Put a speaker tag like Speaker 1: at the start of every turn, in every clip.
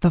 Speaker 1: The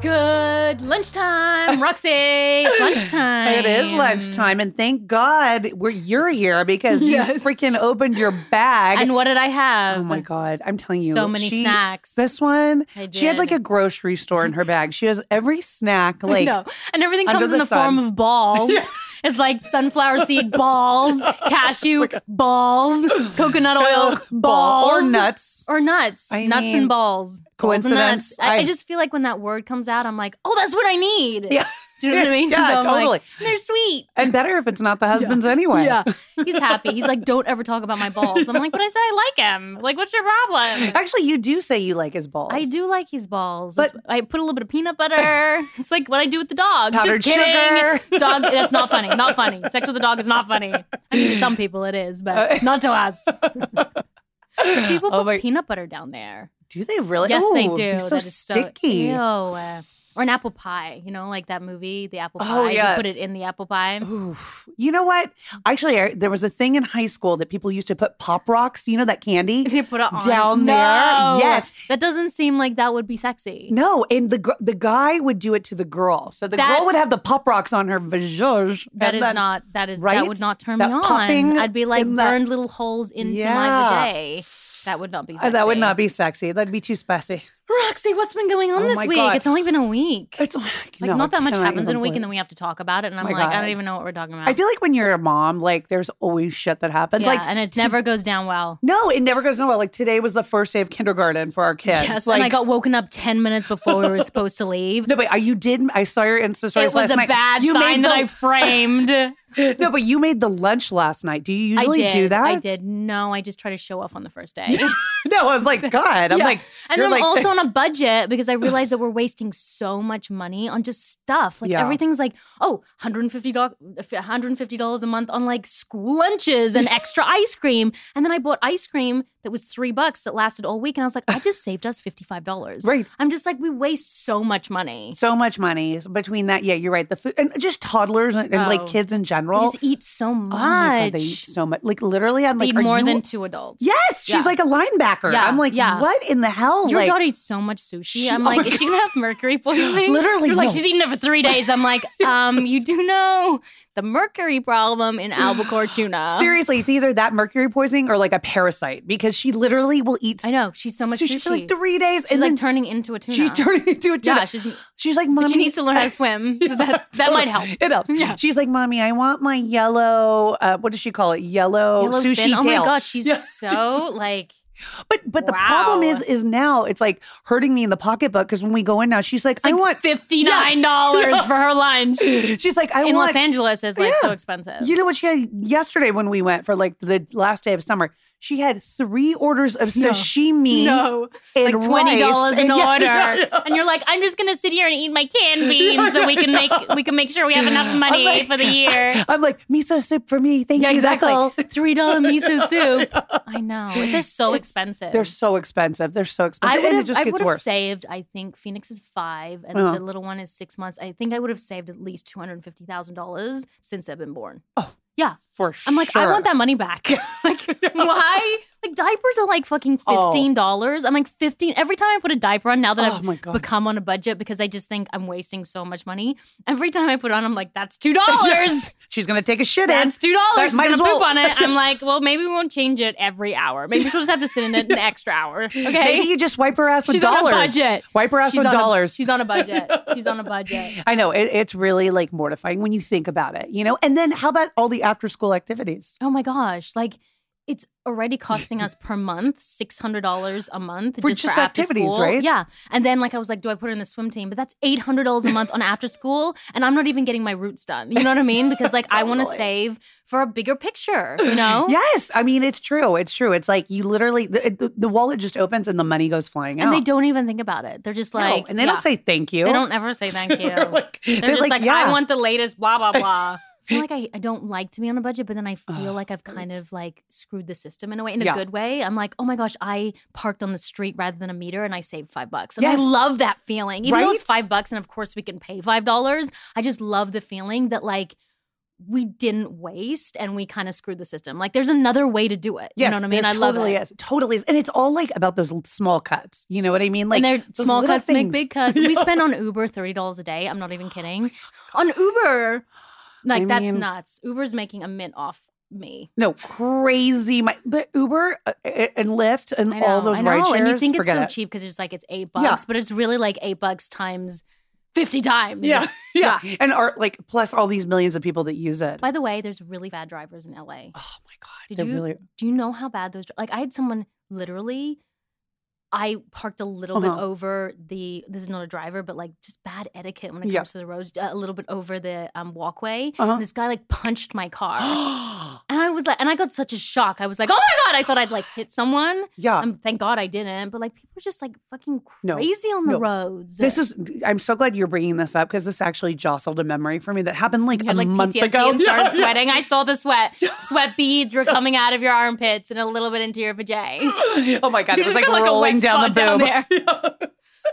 Speaker 2: Good lunchtime, Roxy. It's lunchtime.
Speaker 3: It is lunchtime, and thank God we're you're here because you
Speaker 2: Yes.
Speaker 3: freaking opened your bag.
Speaker 2: And what did I have?
Speaker 3: oh my God, I'm telling you,
Speaker 2: so many
Speaker 3: she-
Speaker 2: snacks.
Speaker 3: This one,
Speaker 2: I
Speaker 3: she had like a
Speaker 2: did.
Speaker 3: grocery store in her bag. She has every snack, like
Speaker 2: no, and everything
Speaker 3: under
Speaker 2: comes in
Speaker 3: the
Speaker 2: the form
Speaker 3: sun.
Speaker 2: of balls. It's like sunflower seed balls, cashew balls, coconut oil
Speaker 3: ball
Speaker 2: balls,
Speaker 3: or nuts.
Speaker 2: or nuts,
Speaker 3: I
Speaker 2: nuts
Speaker 3: mean,
Speaker 2: and balls. Balls and
Speaker 3: coincidence?
Speaker 2: nuts. I, I
Speaker 3: I-
Speaker 2: just feel like when that word comes out, I'm like, oh, that's what I need.
Speaker 3: Yeah.
Speaker 2: Do you know what I mean?
Speaker 3: Yeah,
Speaker 2: So I'm like,
Speaker 3: totally.
Speaker 2: They're sweet.
Speaker 3: and better if it's not the husband's anyway.
Speaker 2: Yeah, he's happy. He's like, don't ever talk about my balls. I'm like, but I said I like him. Like, what's your problem?
Speaker 3: Actually, you do say you like his balls.
Speaker 2: I do like his balls.
Speaker 3: But-
Speaker 2: It's- I put a little bit of peanut butter. it's like what I do with the dog.
Speaker 3: Powdered
Speaker 2: Just kidding.
Speaker 3: sugar.
Speaker 2: Dog. That's not funny. Not funny. Sex with a dog is not funny. I mean, to some people it is,
Speaker 3: Uh,
Speaker 2: but not to us. People
Speaker 3: Oh
Speaker 2: put
Speaker 3: my-
Speaker 2: peanut butter down there.
Speaker 3: Do they really?
Speaker 2: yes, they
Speaker 3: Ooh, it'd
Speaker 2: do.
Speaker 3: be So
Speaker 2: That is
Speaker 3: sticky.
Speaker 2: So, ew. Uh, Or an apple pie. You know, like that movie, the apple pie.
Speaker 3: Oh,
Speaker 2: You put
Speaker 3: yes.
Speaker 2: it in the apple pie.
Speaker 3: Oof. You know what? Actually, I, there was a thing in high school that people used to put pop rocks. You know that candy.
Speaker 2: They put it on.
Speaker 3: Down there?
Speaker 2: No.
Speaker 3: Yes.
Speaker 2: That doesn't seem like that would be sexy.
Speaker 3: No, and the gr- the guy would do it to the girl. So the
Speaker 2: That-
Speaker 3: girl would have the pop rocks on her visage.
Speaker 2: That
Speaker 3: and
Speaker 2: is
Speaker 3: then-
Speaker 2: not. That is
Speaker 3: right?
Speaker 2: that would not turn
Speaker 3: That
Speaker 2: me on.
Speaker 3: popping
Speaker 2: I'd be like
Speaker 3: in that-
Speaker 2: burned little holes into
Speaker 3: Yeah.
Speaker 2: my vajay. That would not be. Sexy.
Speaker 3: Uh, That would not be sexy. That'd be too spessy.
Speaker 2: Roxy, what's been going on
Speaker 3: Oh
Speaker 2: this
Speaker 3: my
Speaker 2: week?
Speaker 3: God.
Speaker 2: It's only been a week.
Speaker 3: It's
Speaker 2: It's like not that much happens in a week, and then we have to talk about it. And I'm
Speaker 3: My
Speaker 2: like, I
Speaker 3: God.
Speaker 2: don't even know what we're talking about.
Speaker 3: I feel like when you're a mom, like there's always shit that happens.
Speaker 2: yeah,
Speaker 3: like
Speaker 2: and it
Speaker 3: t-
Speaker 2: never goes down well.
Speaker 3: No, it never goes nowhere. Like today was the first day of kindergarten for our kids.
Speaker 2: yes,
Speaker 3: like,
Speaker 2: and I got woken up ten minutes before we were supposed to leave.
Speaker 3: no, but uh, you did. I saw your Insta stories
Speaker 2: it was
Speaker 3: last
Speaker 2: a
Speaker 3: night.
Speaker 2: bad
Speaker 3: you
Speaker 2: sign
Speaker 3: made
Speaker 2: that I
Speaker 3: the,
Speaker 2: framed.
Speaker 3: No, but you made the lunch last night. Do you usually
Speaker 2: I did,
Speaker 3: do that?
Speaker 2: I did. No, I just try to show off on the first day.
Speaker 3: No, I was like, God. I'm
Speaker 2: Yeah.
Speaker 3: like,
Speaker 2: And
Speaker 3: you're
Speaker 2: then I'm
Speaker 3: like,
Speaker 2: also on a budget because I realized that we're wasting so much money on just stuff. Like
Speaker 3: Yeah.
Speaker 2: everything's like, oh, $150, $150 a month on like school lunches and extra ice cream. And then I bought ice cream that was three bucks that lasted all week. And I was like, I just saved us $55.
Speaker 3: Right.
Speaker 2: I'm just like, we waste so much money.
Speaker 3: So much money between that. Yeah, you're right. The food and just toddlers and, and,
Speaker 2: Oh.
Speaker 3: like kids in
Speaker 2: We
Speaker 3: general.
Speaker 2: just eat so
Speaker 3: Oh
Speaker 2: much.
Speaker 3: my God, they eat so much. Like literally, I'm
Speaker 2: They
Speaker 3: like,
Speaker 2: eat
Speaker 3: are
Speaker 2: more
Speaker 3: you-
Speaker 2: than two adults.
Speaker 3: yes. She's
Speaker 2: Yeah.
Speaker 3: like a linebacker.
Speaker 2: Yeah,
Speaker 3: I'm like,
Speaker 2: yeah.
Speaker 3: what in the hell?
Speaker 2: Your
Speaker 3: like,
Speaker 2: daughter eats so much sushi.
Speaker 3: She-
Speaker 2: I'm
Speaker 3: oh
Speaker 2: like,
Speaker 3: my
Speaker 2: is she gonna have mercury poisoning?
Speaker 3: Literally,
Speaker 2: You're like,
Speaker 3: no.
Speaker 2: she's eating it for three days. I'm like, um, you do know the mercury problem in albacore tuna.
Speaker 3: seriously, it's either that mercury poisoning or like a parasite because she literally will eat.
Speaker 2: I know she's so much
Speaker 3: sushi
Speaker 2: sushi.
Speaker 3: for like three days,
Speaker 2: she's
Speaker 3: and
Speaker 2: like
Speaker 3: then
Speaker 2: turning into a tuna.
Speaker 3: she's turning into a tuna.
Speaker 2: Yeah, she's.
Speaker 3: she's like, mommy.
Speaker 2: She needs to learn how to swim. So that that might help.
Speaker 3: It helps.
Speaker 2: Yeah.
Speaker 3: She's like, mommy, I want my yellow. Uh, what does she call it? Yellow,
Speaker 2: Yellow
Speaker 3: sushi
Speaker 2: fin.
Speaker 3: tail.
Speaker 2: Oh my gosh, she's
Speaker 3: Yeah,
Speaker 2: so like.
Speaker 3: But but the problem
Speaker 2: Wow.
Speaker 3: is is now it's like hurting me in the pocketbook because when we go in now, she's like,
Speaker 2: It's like
Speaker 3: I want.
Speaker 2: fifty nine dollars for her lunch
Speaker 3: She's like, I
Speaker 2: in
Speaker 3: want.
Speaker 2: Los Angeles is like so
Speaker 3: Yeah.
Speaker 2: expensive.
Speaker 3: You know what she had yesterday when we went for like the last day of summer? She had three orders of
Speaker 2: No.
Speaker 3: sashimi
Speaker 2: no,
Speaker 3: and
Speaker 2: like twenty dollars
Speaker 3: rice.
Speaker 2: an
Speaker 3: And- yeah,
Speaker 2: order,
Speaker 3: yeah, yeah.
Speaker 2: and you're like, I'm just gonna sit here and eat my canned beans so we can make we can make sure we have enough money
Speaker 3: like-
Speaker 2: for the year.
Speaker 3: I'm like miso soup for me, thank
Speaker 2: Yeah,
Speaker 3: you.
Speaker 2: exactly.
Speaker 3: That's all.
Speaker 2: Three dollar miso soup. I know they're so
Speaker 3: It's-
Speaker 2: expensive.
Speaker 3: They're so expensive. They're so
Speaker 2: I
Speaker 3: expensive,
Speaker 2: would
Speaker 3: and it
Speaker 2: have.
Speaker 3: just
Speaker 2: I
Speaker 3: gets
Speaker 2: would have
Speaker 3: worse.
Speaker 2: saved. I think Phoenix is five, and
Speaker 3: Uh-huh.
Speaker 2: the little one is six months. I think I would have saved at least two hundred fifty thousand dollars since they've been born.
Speaker 3: for sure.
Speaker 2: I'm like, I want that money back. like, why? Like diapers are like fucking
Speaker 3: Oh.
Speaker 2: fifteen dollars. I'm like fifteen. Every time I put a diaper on, now that I've
Speaker 3: Oh my god.
Speaker 2: become on a budget because I just think I'm wasting so much money. Every time I put it on, I'm like, that's two dollars.
Speaker 3: She's gonna take a shit in.
Speaker 2: that's two dollars.
Speaker 3: might
Speaker 2: Gonna
Speaker 3: as
Speaker 2: poop
Speaker 3: well.
Speaker 2: on it. I'm like, well, maybe we won't change it every hour. Maybe she'll just have to sit in it an extra hour. Okay.
Speaker 3: Maybe you just wipe her ass with
Speaker 2: She's on a
Speaker 3: dollars.
Speaker 2: budget.
Speaker 3: Wipe her ass with
Speaker 2: on a-
Speaker 3: dollars.
Speaker 2: she's on a budget. She's on a budget.
Speaker 3: I know it, it's really like mortifying when you think about it, you know. And then how about all the after school activities?
Speaker 2: Oh my gosh! Like. It's already costing us per month six hundred dollars a month
Speaker 3: For just
Speaker 2: for after
Speaker 3: activities,
Speaker 2: school.
Speaker 3: right?
Speaker 2: Yeah, and then like I was like, do I put her in the swim team? But that's eight hundred dollars a month on after school, and I'm not even getting my roots done. You know what I mean? Because like I want to
Speaker 3: Totally.
Speaker 2: save for a bigger picture. You know?
Speaker 3: Yes, I mean it's true. It's true. It's like you literally the, the, the wallet just opens and the money goes flying
Speaker 2: And
Speaker 3: out.
Speaker 2: they don't even think about it. They're just
Speaker 3: No,
Speaker 2: like,
Speaker 3: and they
Speaker 2: yeah.
Speaker 3: don't say thank you.
Speaker 2: They don't ever say thank you. They're,
Speaker 3: They're like,
Speaker 2: just like,
Speaker 3: yeah.
Speaker 2: I want the latest blah blah blah. feel like I, I don't like to be on a budget, but then I feel
Speaker 3: Ugh,
Speaker 2: like I've kind
Speaker 3: it's-
Speaker 2: of like screwed the system in a way, in a
Speaker 3: Oh, Yeah.
Speaker 2: good way. I'm like, oh my gosh, I parked on the street rather than a meter and I saved five bucks. And
Speaker 3: Yes.
Speaker 2: I love that feeling. Even though it's
Speaker 3: Right?
Speaker 2: five bucks and of course we can pay five dollars, I just love the feeling that like we didn't waste and we kind of screwed the system. Like there's another way to do it. You
Speaker 3: Yes,
Speaker 2: know what I mean?
Speaker 3: there
Speaker 2: I love
Speaker 3: totally
Speaker 2: it.
Speaker 3: Is. Totally is. And it's all like about those l- small cuts. You know what I mean? Like
Speaker 2: and they're
Speaker 3: those
Speaker 2: small
Speaker 3: little
Speaker 2: cuts make
Speaker 3: things.
Speaker 2: big cuts. We
Speaker 3: Yeah. Oh
Speaker 2: spend on Uber thirty dollars a day. I'm not even kidding. On Uber, like
Speaker 3: I
Speaker 2: that's
Speaker 3: mean-
Speaker 2: nuts. Uber's making a mint off me.
Speaker 3: No, crazy. My the Uber uh, and Lyft and
Speaker 2: I
Speaker 3: all
Speaker 2: know,
Speaker 3: those
Speaker 2: I know.
Speaker 3: ride shares.
Speaker 2: and you think it's
Speaker 3: forget
Speaker 2: so
Speaker 3: it.
Speaker 2: cheap because it's like it's eight bucks,
Speaker 3: Yeah.
Speaker 2: but it's really like eight bucks times fifty times.
Speaker 3: Yeah, yeah, and are like plus all these millions of people that use it.
Speaker 2: By the way, there's really bad drivers in LA.
Speaker 3: oh my god,
Speaker 2: Did
Speaker 3: they're
Speaker 2: you-
Speaker 3: really
Speaker 2: Do you know how bad those? dri- Like I had someone literally. I parked a little bit
Speaker 3: Uh-huh.
Speaker 2: over the. This is not a driver, but like just bad etiquette when it comes
Speaker 3: Yeah.
Speaker 2: to the roads. uh, A little bit over the um, walkway.
Speaker 3: Uh-huh.
Speaker 2: And this guy like punched my car. And I was like, and I got such a shock. I was like, oh my God, I thought I'd like hit someone.
Speaker 3: yeah.
Speaker 2: Um, thank God I didn't. But like, people are just like fucking
Speaker 3: No,
Speaker 2: crazy on the
Speaker 3: no.
Speaker 2: roads.
Speaker 3: this is. I'm so glad you're bringing this up because this actually jostled a memory for me that happened like
Speaker 2: You
Speaker 3: a
Speaker 2: had like
Speaker 3: month
Speaker 2: PTSD
Speaker 3: ago.
Speaker 2: and started
Speaker 3: Yeah, yeah.
Speaker 2: sweating. I saw the sweat. Sweat beads were coming out of your armpits and a little bit into your vajay. I
Speaker 3: oh my god,
Speaker 2: You
Speaker 3: it
Speaker 2: just
Speaker 3: was like
Speaker 2: got, like, a wet
Speaker 3: rolling down
Speaker 2: spot
Speaker 3: the
Speaker 2: down
Speaker 3: boob.
Speaker 2: there.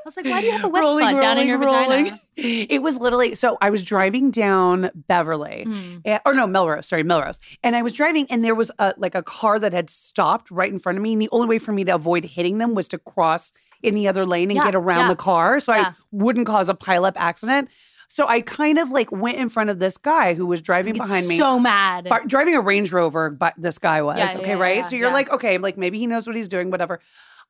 Speaker 2: was like, why do you have a wet spot down in your vagina?
Speaker 3: It was literally so I was driving down Beverly.
Speaker 2: Mm.
Speaker 3: eh, or no, Melrose, sorry, Melrose. And I was driving and there was a like a car that had stopped right in front of me. And the only way for me to avoid hitting them was to cross in the other lane and
Speaker 2: Yeah,
Speaker 3: get around
Speaker 2: yeah,
Speaker 3: the car so
Speaker 2: yeah.
Speaker 3: I wouldn't cause a pileup accident. So I kind of like went in front of this guy who was driving
Speaker 2: It's
Speaker 3: behind me.
Speaker 2: So mad.
Speaker 3: Bar- driving a Range Rover, but this guy was
Speaker 2: Yeah,
Speaker 3: okay,
Speaker 2: yeah,
Speaker 3: right?
Speaker 2: yeah,
Speaker 3: so you're
Speaker 2: yeah.
Speaker 3: like, okay, like maybe he knows what he's doing, whatever.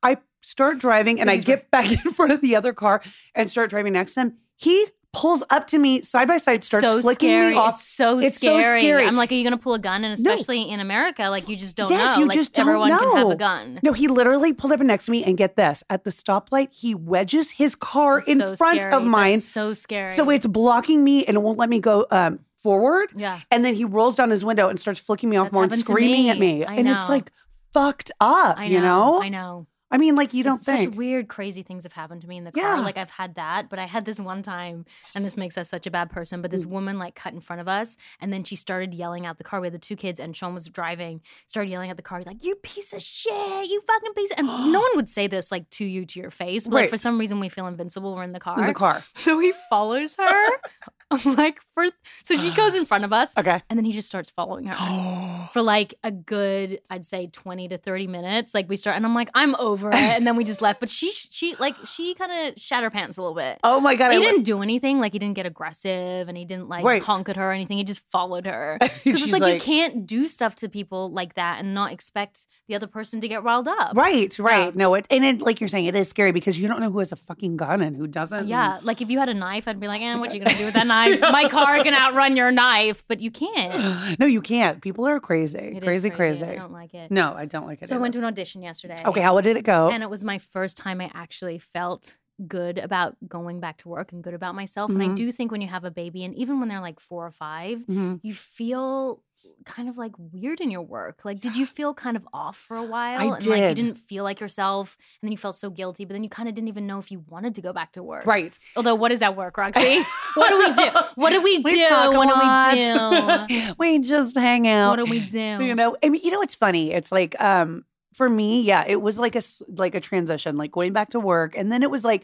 Speaker 3: I start driving and
Speaker 2: This
Speaker 3: I
Speaker 2: is
Speaker 3: get back in front of the other car and start driving next to him. He pulls up to me side by side, starts
Speaker 2: so
Speaker 3: flicking
Speaker 2: scary.
Speaker 3: me off.
Speaker 2: It's so
Speaker 3: It's so
Speaker 2: scary.
Speaker 3: scary.
Speaker 2: I'm like, are you gonna pull a gun? And
Speaker 3: No.
Speaker 2: especially in America, like you just don't
Speaker 3: Yes,
Speaker 2: know.
Speaker 3: you
Speaker 2: like
Speaker 3: just don't
Speaker 2: everyone can have
Speaker 3: know.
Speaker 2: a gun.
Speaker 3: No, he literally pulled up next to me and get this at the stoplight, he wedges his car
Speaker 2: That's
Speaker 3: in
Speaker 2: so
Speaker 3: front
Speaker 2: scary.
Speaker 3: of mine.
Speaker 2: That's so scary.
Speaker 3: So it's blocking me and it won't let me go um, forward.
Speaker 2: yeah.
Speaker 3: And then he rolls down his window and starts flicking me off
Speaker 2: That's
Speaker 3: more and
Speaker 2: happened to
Speaker 3: screaming
Speaker 2: me.
Speaker 3: at me.
Speaker 2: I
Speaker 3: and
Speaker 2: know.
Speaker 3: it's like fucked up,
Speaker 2: I know,
Speaker 3: you know?
Speaker 2: I know.
Speaker 3: I mean, like you don't
Speaker 2: It's
Speaker 3: think.
Speaker 2: such weird, crazy things have happened to me in the
Speaker 3: Yeah.
Speaker 2: car. Like I've had that, but I had this one time, and this makes us such a bad person. But this
Speaker 3: Mm.
Speaker 2: woman like cut in front of us, and then she started yelling out the car. We had the two kids, and Sean was driving. Started yelling at the car, like "You piece of shit! You fucking piece!" Of-. And no one would say this like to you to your face, but like
Speaker 3: Right.
Speaker 2: for some reason we feel invincible. We're in the car,
Speaker 3: in the car.
Speaker 2: so he follows her. like for so she goes in front of us,
Speaker 3: Okay.
Speaker 2: and then he just starts following her for like a good i'd say 20 to 30 minutes like we start and i'm like i'm over it and then we just left but she she like she kind of shat her pants a little bit
Speaker 3: oh my god!
Speaker 2: he
Speaker 3: I went-
Speaker 2: didn't do anything like he didn't get aggressive and he didn't like
Speaker 3: Right.
Speaker 2: honk at her or anything he just followed her
Speaker 3: She's
Speaker 2: because it's like, you can't do stuff to people like that and not expect the other person to get riled up
Speaker 3: Right, right. No, it and it, like you're saying, it is scary because you don't know who has a fucking gun and who doesn't.
Speaker 2: Oh, yeah like if you had a knife i'd be like eh, what you gonna do with that knife my car can outrun your knife but you can't
Speaker 3: No, you can't. People are crazy,
Speaker 2: It is
Speaker 3: crazy, crazy.
Speaker 2: i don't like it
Speaker 3: no, I don't like it.
Speaker 2: so i
Speaker 3: either.
Speaker 2: went to an audition yesterday
Speaker 3: okay, how did it go?
Speaker 2: And it was my first time I actually felt good about going back to work and good about myself. And I
Speaker 3: Mhm.
Speaker 2: do think when you have a baby, and even when they're like four or five,
Speaker 3: Mhm.
Speaker 2: you feel kind of like weird in your work. Like, did you feel kind of off for a while? and like you
Speaker 3: did.
Speaker 2: didn't feel like yourself, and then you felt so guilty, but then you kind of didn't even know if you wanted to go back to work.
Speaker 3: Right.
Speaker 2: Although, what is that work, Roxy? what do we do? What do we do?
Speaker 3: talk a
Speaker 2: what
Speaker 3: lot.
Speaker 2: do we do?
Speaker 3: we just hang out.
Speaker 2: what do we do?
Speaker 3: You know, I mean, you know, it's funny. It's like, um, for me, yeah, it was like a s- like a transition, like going back to work, and then it was like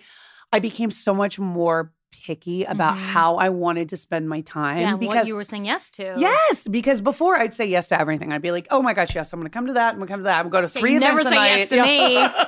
Speaker 3: I became so much more picky about
Speaker 2: Mhm.
Speaker 3: how I wanted to spend my time
Speaker 2: yeah, and
Speaker 3: because
Speaker 2: what you were saying yes to.
Speaker 3: Yes, because before I'd say yes to everything. I'd be like, "Oh my gosh, yes, I'm going to come to that. I'm going to come to that. I'm going to
Speaker 2: Yeah,
Speaker 3: three
Speaker 2: you never
Speaker 3: events
Speaker 2: say yes
Speaker 3: tonight."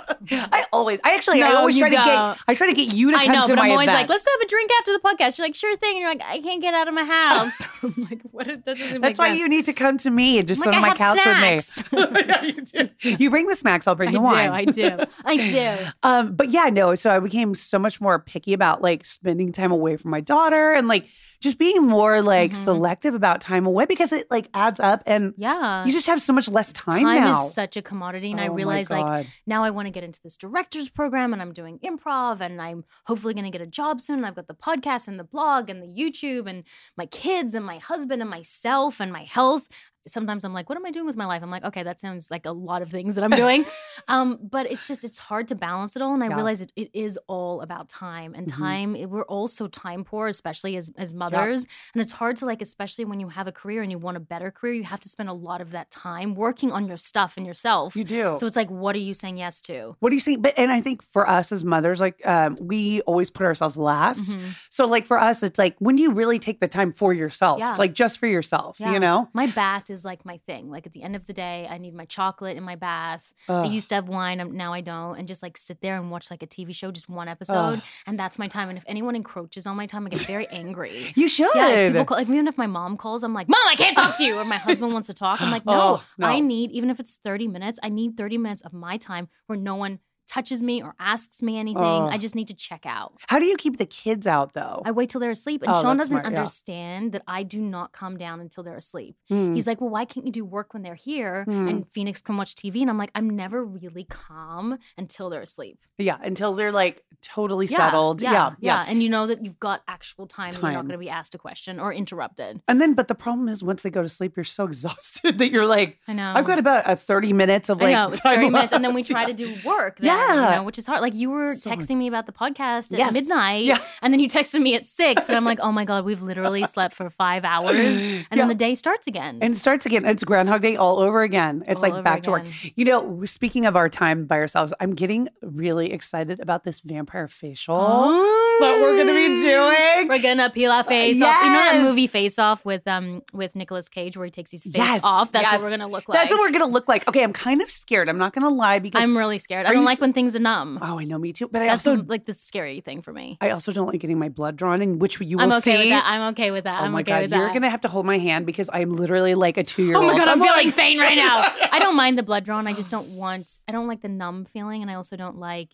Speaker 2: to
Speaker 3: Yeah. I always, I actually, I
Speaker 2: No,
Speaker 3: always
Speaker 2: you
Speaker 3: try to
Speaker 2: don't.
Speaker 3: get, I try to get you to
Speaker 2: I
Speaker 3: come
Speaker 2: know,
Speaker 3: to
Speaker 2: but
Speaker 3: my
Speaker 2: I'm always like,
Speaker 3: events.
Speaker 2: let's go have a drink after the podcast. You're like, sure thing. And you're like, I can't get out of my house. I'm like, what? That doesn't make
Speaker 3: That's why
Speaker 2: sense.
Speaker 3: you need to come to me and just
Speaker 2: I'm
Speaker 3: sit
Speaker 2: like,
Speaker 3: on
Speaker 2: I
Speaker 3: my
Speaker 2: have
Speaker 3: couch
Speaker 2: snacks.
Speaker 3: with me. yeah, you do. You bring the snacks. I'll bring
Speaker 2: I
Speaker 3: the
Speaker 2: do,
Speaker 3: wine.
Speaker 2: I do, I do.
Speaker 3: Um, but yeah, no. So I became so much more picky about like spending time away from my daughter and like just being more like
Speaker 2: Mhm.
Speaker 3: selective about time away because it like adds up and
Speaker 2: Yeah.
Speaker 3: you just have so much less time,
Speaker 2: Time
Speaker 3: now.
Speaker 2: is such a commodity, and I
Speaker 3: Oh my
Speaker 2: realize like
Speaker 3: God.
Speaker 2: now I want to get into this director's program, and I'm doing improv, and I'm hopefully going to get a job soon. And I've got the podcast and the blog and the YouTube and my kids and my husband and myself and my health. sometimes I'm like, what am I doing with my life? I'm like, okay, that sounds like a lot of things that I'm doing. um, but it's just, it's hard to balance it all. And I
Speaker 3: Yeah.
Speaker 2: realize it, it is all about time and
Speaker 3: Mhm.
Speaker 2: time. it- we're all so time poor, especially as, as mothers. And it's hard to like, especially when you have a career and you want a better career, you have to spend a lot of that time working on your stuff and yourself.
Speaker 3: You do.
Speaker 2: so it's like, what are you saying yes to?
Speaker 3: what do you think? But and I think for us as mothers, like um, we always put ourselves last.
Speaker 2: Mhm.
Speaker 3: So like for us, it's like when do you really take the time for yourself,
Speaker 2: Yeah.
Speaker 3: like just for yourself,
Speaker 2: Yeah.
Speaker 3: you know?
Speaker 2: My bath is like my thing. Like at the end of the day, I need my chocolate in my bath. I
Speaker 3: Ugh.
Speaker 2: used to have wine, um, now I don't, and just like sit there and watch like a TV show, just one episode,
Speaker 3: Ugh.
Speaker 2: and that's my time. And if anyone encroaches on my time, I get very angry.
Speaker 3: you should.
Speaker 2: Yeah, if people call, if- even if my mom calls, I'm like, Mom, I can't talk to you. Or my husband wants to talk. I'm like, no,
Speaker 3: Oh, no.
Speaker 2: I need, even if it's 30 minutes, I need 30 minutes of my time where no one touches me or asks me anything.
Speaker 3: Oh.
Speaker 2: I just need to check out.
Speaker 3: How do you keep the kids out though?
Speaker 2: I wait till they're asleep. And
Speaker 3: Oh,
Speaker 2: Sean
Speaker 3: that's
Speaker 2: doesn't
Speaker 3: smart, yeah.
Speaker 2: understand that I do not calm down until they're asleep.
Speaker 3: Mm.
Speaker 2: He's like, Well, why can't you do work when they're here?
Speaker 3: Mm.
Speaker 2: And Phoenix can watch TV. And I'm like, I'm never really calm until they're asleep.
Speaker 3: yeah, until they're like totally
Speaker 2: Yeah,
Speaker 3: settled. Yeah, yeah.
Speaker 2: yeah. And you know that you've got actual time, and you're not
Speaker 3: Time.
Speaker 2: going to be asked a question or interrupted.
Speaker 3: And then, but the problem is once they go to sleep, you're so exhausted that you're like,
Speaker 2: I know.
Speaker 3: I've got about a 30 minutes of
Speaker 2: I
Speaker 3: like
Speaker 2: know it's
Speaker 3: time
Speaker 2: thirty minutes, and then
Speaker 3: left.
Speaker 2: we try
Speaker 3: Yeah.
Speaker 2: to do work. Then, you
Speaker 3: Yeah.
Speaker 2: know, which is hard. Like you were
Speaker 3: So hard.
Speaker 2: texting me about the podcast at
Speaker 3: Yes.
Speaker 2: midnight,
Speaker 3: Yeah.
Speaker 2: and then you texted me at six, and I'm like, oh my god, we've literally slept for five hours, and
Speaker 3: Yeah.
Speaker 2: then the day starts again.
Speaker 3: And it starts again. It's Groundhog Day all over again. It's
Speaker 2: All
Speaker 3: like
Speaker 2: over
Speaker 3: back to work.
Speaker 2: again.
Speaker 3: You know, speaking of our time by ourselves, I'm getting really excited about this vampire facial that we're going to be doing.
Speaker 2: We're gonna peel our face off. You know that movie
Speaker 3: yes.
Speaker 2: Face Off with um with Nicolas Cage where he takes his face
Speaker 3: Yes,
Speaker 2: off. That's what
Speaker 3: yes.
Speaker 2: we're gonna look like.
Speaker 3: That's what we're going to look like. Okay, I'm kind of scared. I'm not going to lie because
Speaker 2: I'm really scared.
Speaker 3: Are
Speaker 2: I don't
Speaker 3: you
Speaker 2: like
Speaker 3: s-
Speaker 2: when things are numb.
Speaker 3: oh, I know me too. But I
Speaker 2: That's
Speaker 3: also
Speaker 2: m- like the scary thing for me.
Speaker 3: I also don't like getting my blood drawn, and which you will
Speaker 2: I'm okay
Speaker 3: see.
Speaker 2: with that. I'm okay with that.
Speaker 3: oh
Speaker 2: I'm
Speaker 3: my
Speaker 2: okay
Speaker 3: god,
Speaker 2: with that.
Speaker 3: you're gonna have to hold my hand because I'm literally like a two year
Speaker 2: Oh
Speaker 3: old.
Speaker 2: my god, I'm, feeling
Speaker 3: like,
Speaker 2: faint right now. I don't mind the blood drawn. I just don't want. I don't like the numb feeling, and I also don't like.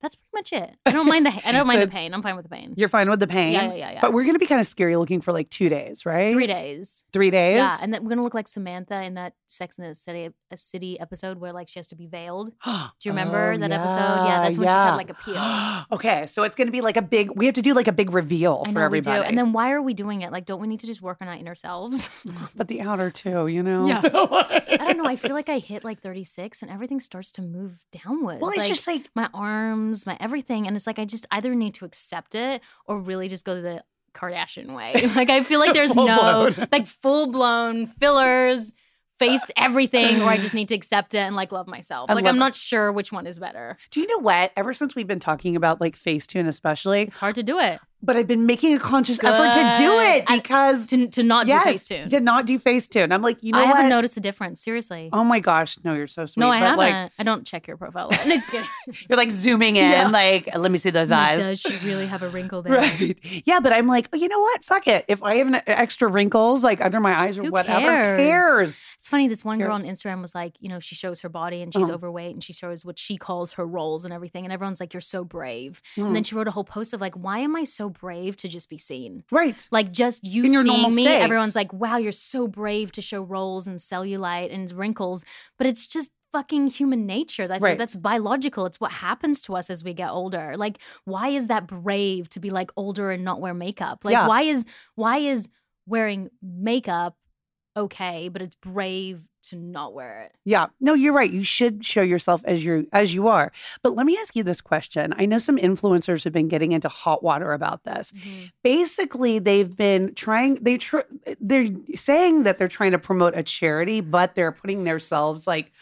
Speaker 2: That's pretty much it. I don't mind the. I don't mind the
Speaker 3: That's-
Speaker 2: pain. I'm fine with the pain.
Speaker 3: You're fine with the pain.
Speaker 2: Yeah, yeah, yeah, yeah.
Speaker 3: But we're gonna be kind of scary looking for like two days, right?
Speaker 2: Three days.
Speaker 3: Three days.
Speaker 2: Yeah, and then we're gonna look like Samantha in that Sex in the City, a City episode where like she has to be veiled. Do you remember
Speaker 3: Oh,
Speaker 2: that episode? Yeah, that's when she's had like a peel. I
Speaker 3: yeah. okay, so it's gonna be like a big. We have to do like a big reveal for
Speaker 2: know we do.
Speaker 3: everybody,
Speaker 2: And then why are we doing it? Like, don't we need to just work on our inner selves?
Speaker 3: but the outer too, you know.
Speaker 2: Yeah.
Speaker 3: I
Speaker 2: I don't know. I feel like I hit like 36, and everything starts to move downwards.
Speaker 3: Well, it's
Speaker 2: Like,
Speaker 3: just like
Speaker 2: my arms, my everything. And it's like I just either need to accept it or really just go the Kardashian way. Like I feel like there's
Speaker 3: Full
Speaker 2: no
Speaker 3: blown.
Speaker 2: like full blown fillers, faced everything, or I just need to accept it and like love myself.
Speaker 3: Uh, I
Speaker 2: like
Speaker 3: love
Speaker 2: I'm
Speaker 3: it.
Speaker 2: not sure which one is better.
Speaker 3: Do you know what? Ever since we've been talking about like Facetune, especially,
Speaker 2: It's hard to do it.
Speaker 3: but I've been making a conscious effort to do
Speaker 2: Good.
Speaker 3: it
Speaker 2: I-
Speaker 3: because
Speaker 2: To, to not
Speaker 3: yes,
Speaker 2: do Facetune.
Speaker 3: to not do Facetune. I'm like, you know
Speaker 2: I
Speaker 3: what?
Speaker 2: haven't noticed the difference. Seriously.
Speaker 3: Oh my gosh, no, you're so sweet.
Speaker 2: no, I
Speaker 3: but
Speaker 2: haven't.
Speaker 3: like
Speaker 2: I don't check your profile. I'm just kidding.
Speaker 3: you're like zooming in,
Speaker 2: Yeah.
Speaker 3: like let me see those
Speaker 2: Like,
Speaker 3: eyes.
Speaker 2: Does she really have a wrinkle there?
Speaker 3: Right. Yeah, but I'm like, oh, you know what? Fuck it. If I have an extra wrinkles like under my eyes or
Speaker 2: Who
Speaker 3: whatever,
Speaker 2: cares?
Speaker 3: cares?
Speaker 2: It's funny, this one girl on
Speaker 3: Yours.
Speaker 2: Instagram was like, you know, she shows her body and she's
Speaker 3: Uh-huh.
Speaker 2: overweight and she shows what she calls her roles and everything. And everyone's like, you're so brave.
Speaker 3: Mm.
Speaker 2: And then she wrote a whole post of like, why am I so brave to just be seen?
Speaker 3: Right.
Speaker 2: Like, just you
Speaker 3: In your normal
Speaker 2: seeing me,
Speaker 3: state.
Speaker 2: everyone's like, wow, you're so brave to show rolls and cellulite and wrinkles. But it's just fucking human nature. That's,
Speaker 3: Right.
Speaker 2: that's biological. It's what happens to us as we get older. Like, why is that brave to be like older and not wear makeup? Like,
Speaker 3: Yeah.
Speaker 2: why is, why is wearing makeup okay, but it's brave to not wear it.
Speaker 3: Yeah. No, you're right. You should show yourself as you as you are. But let me ask you this question. I know some influencers have been getting into hot water about this. Basically, they've been trying they tr- they're saying that they're trying to promote a charity, but they're putting themselves like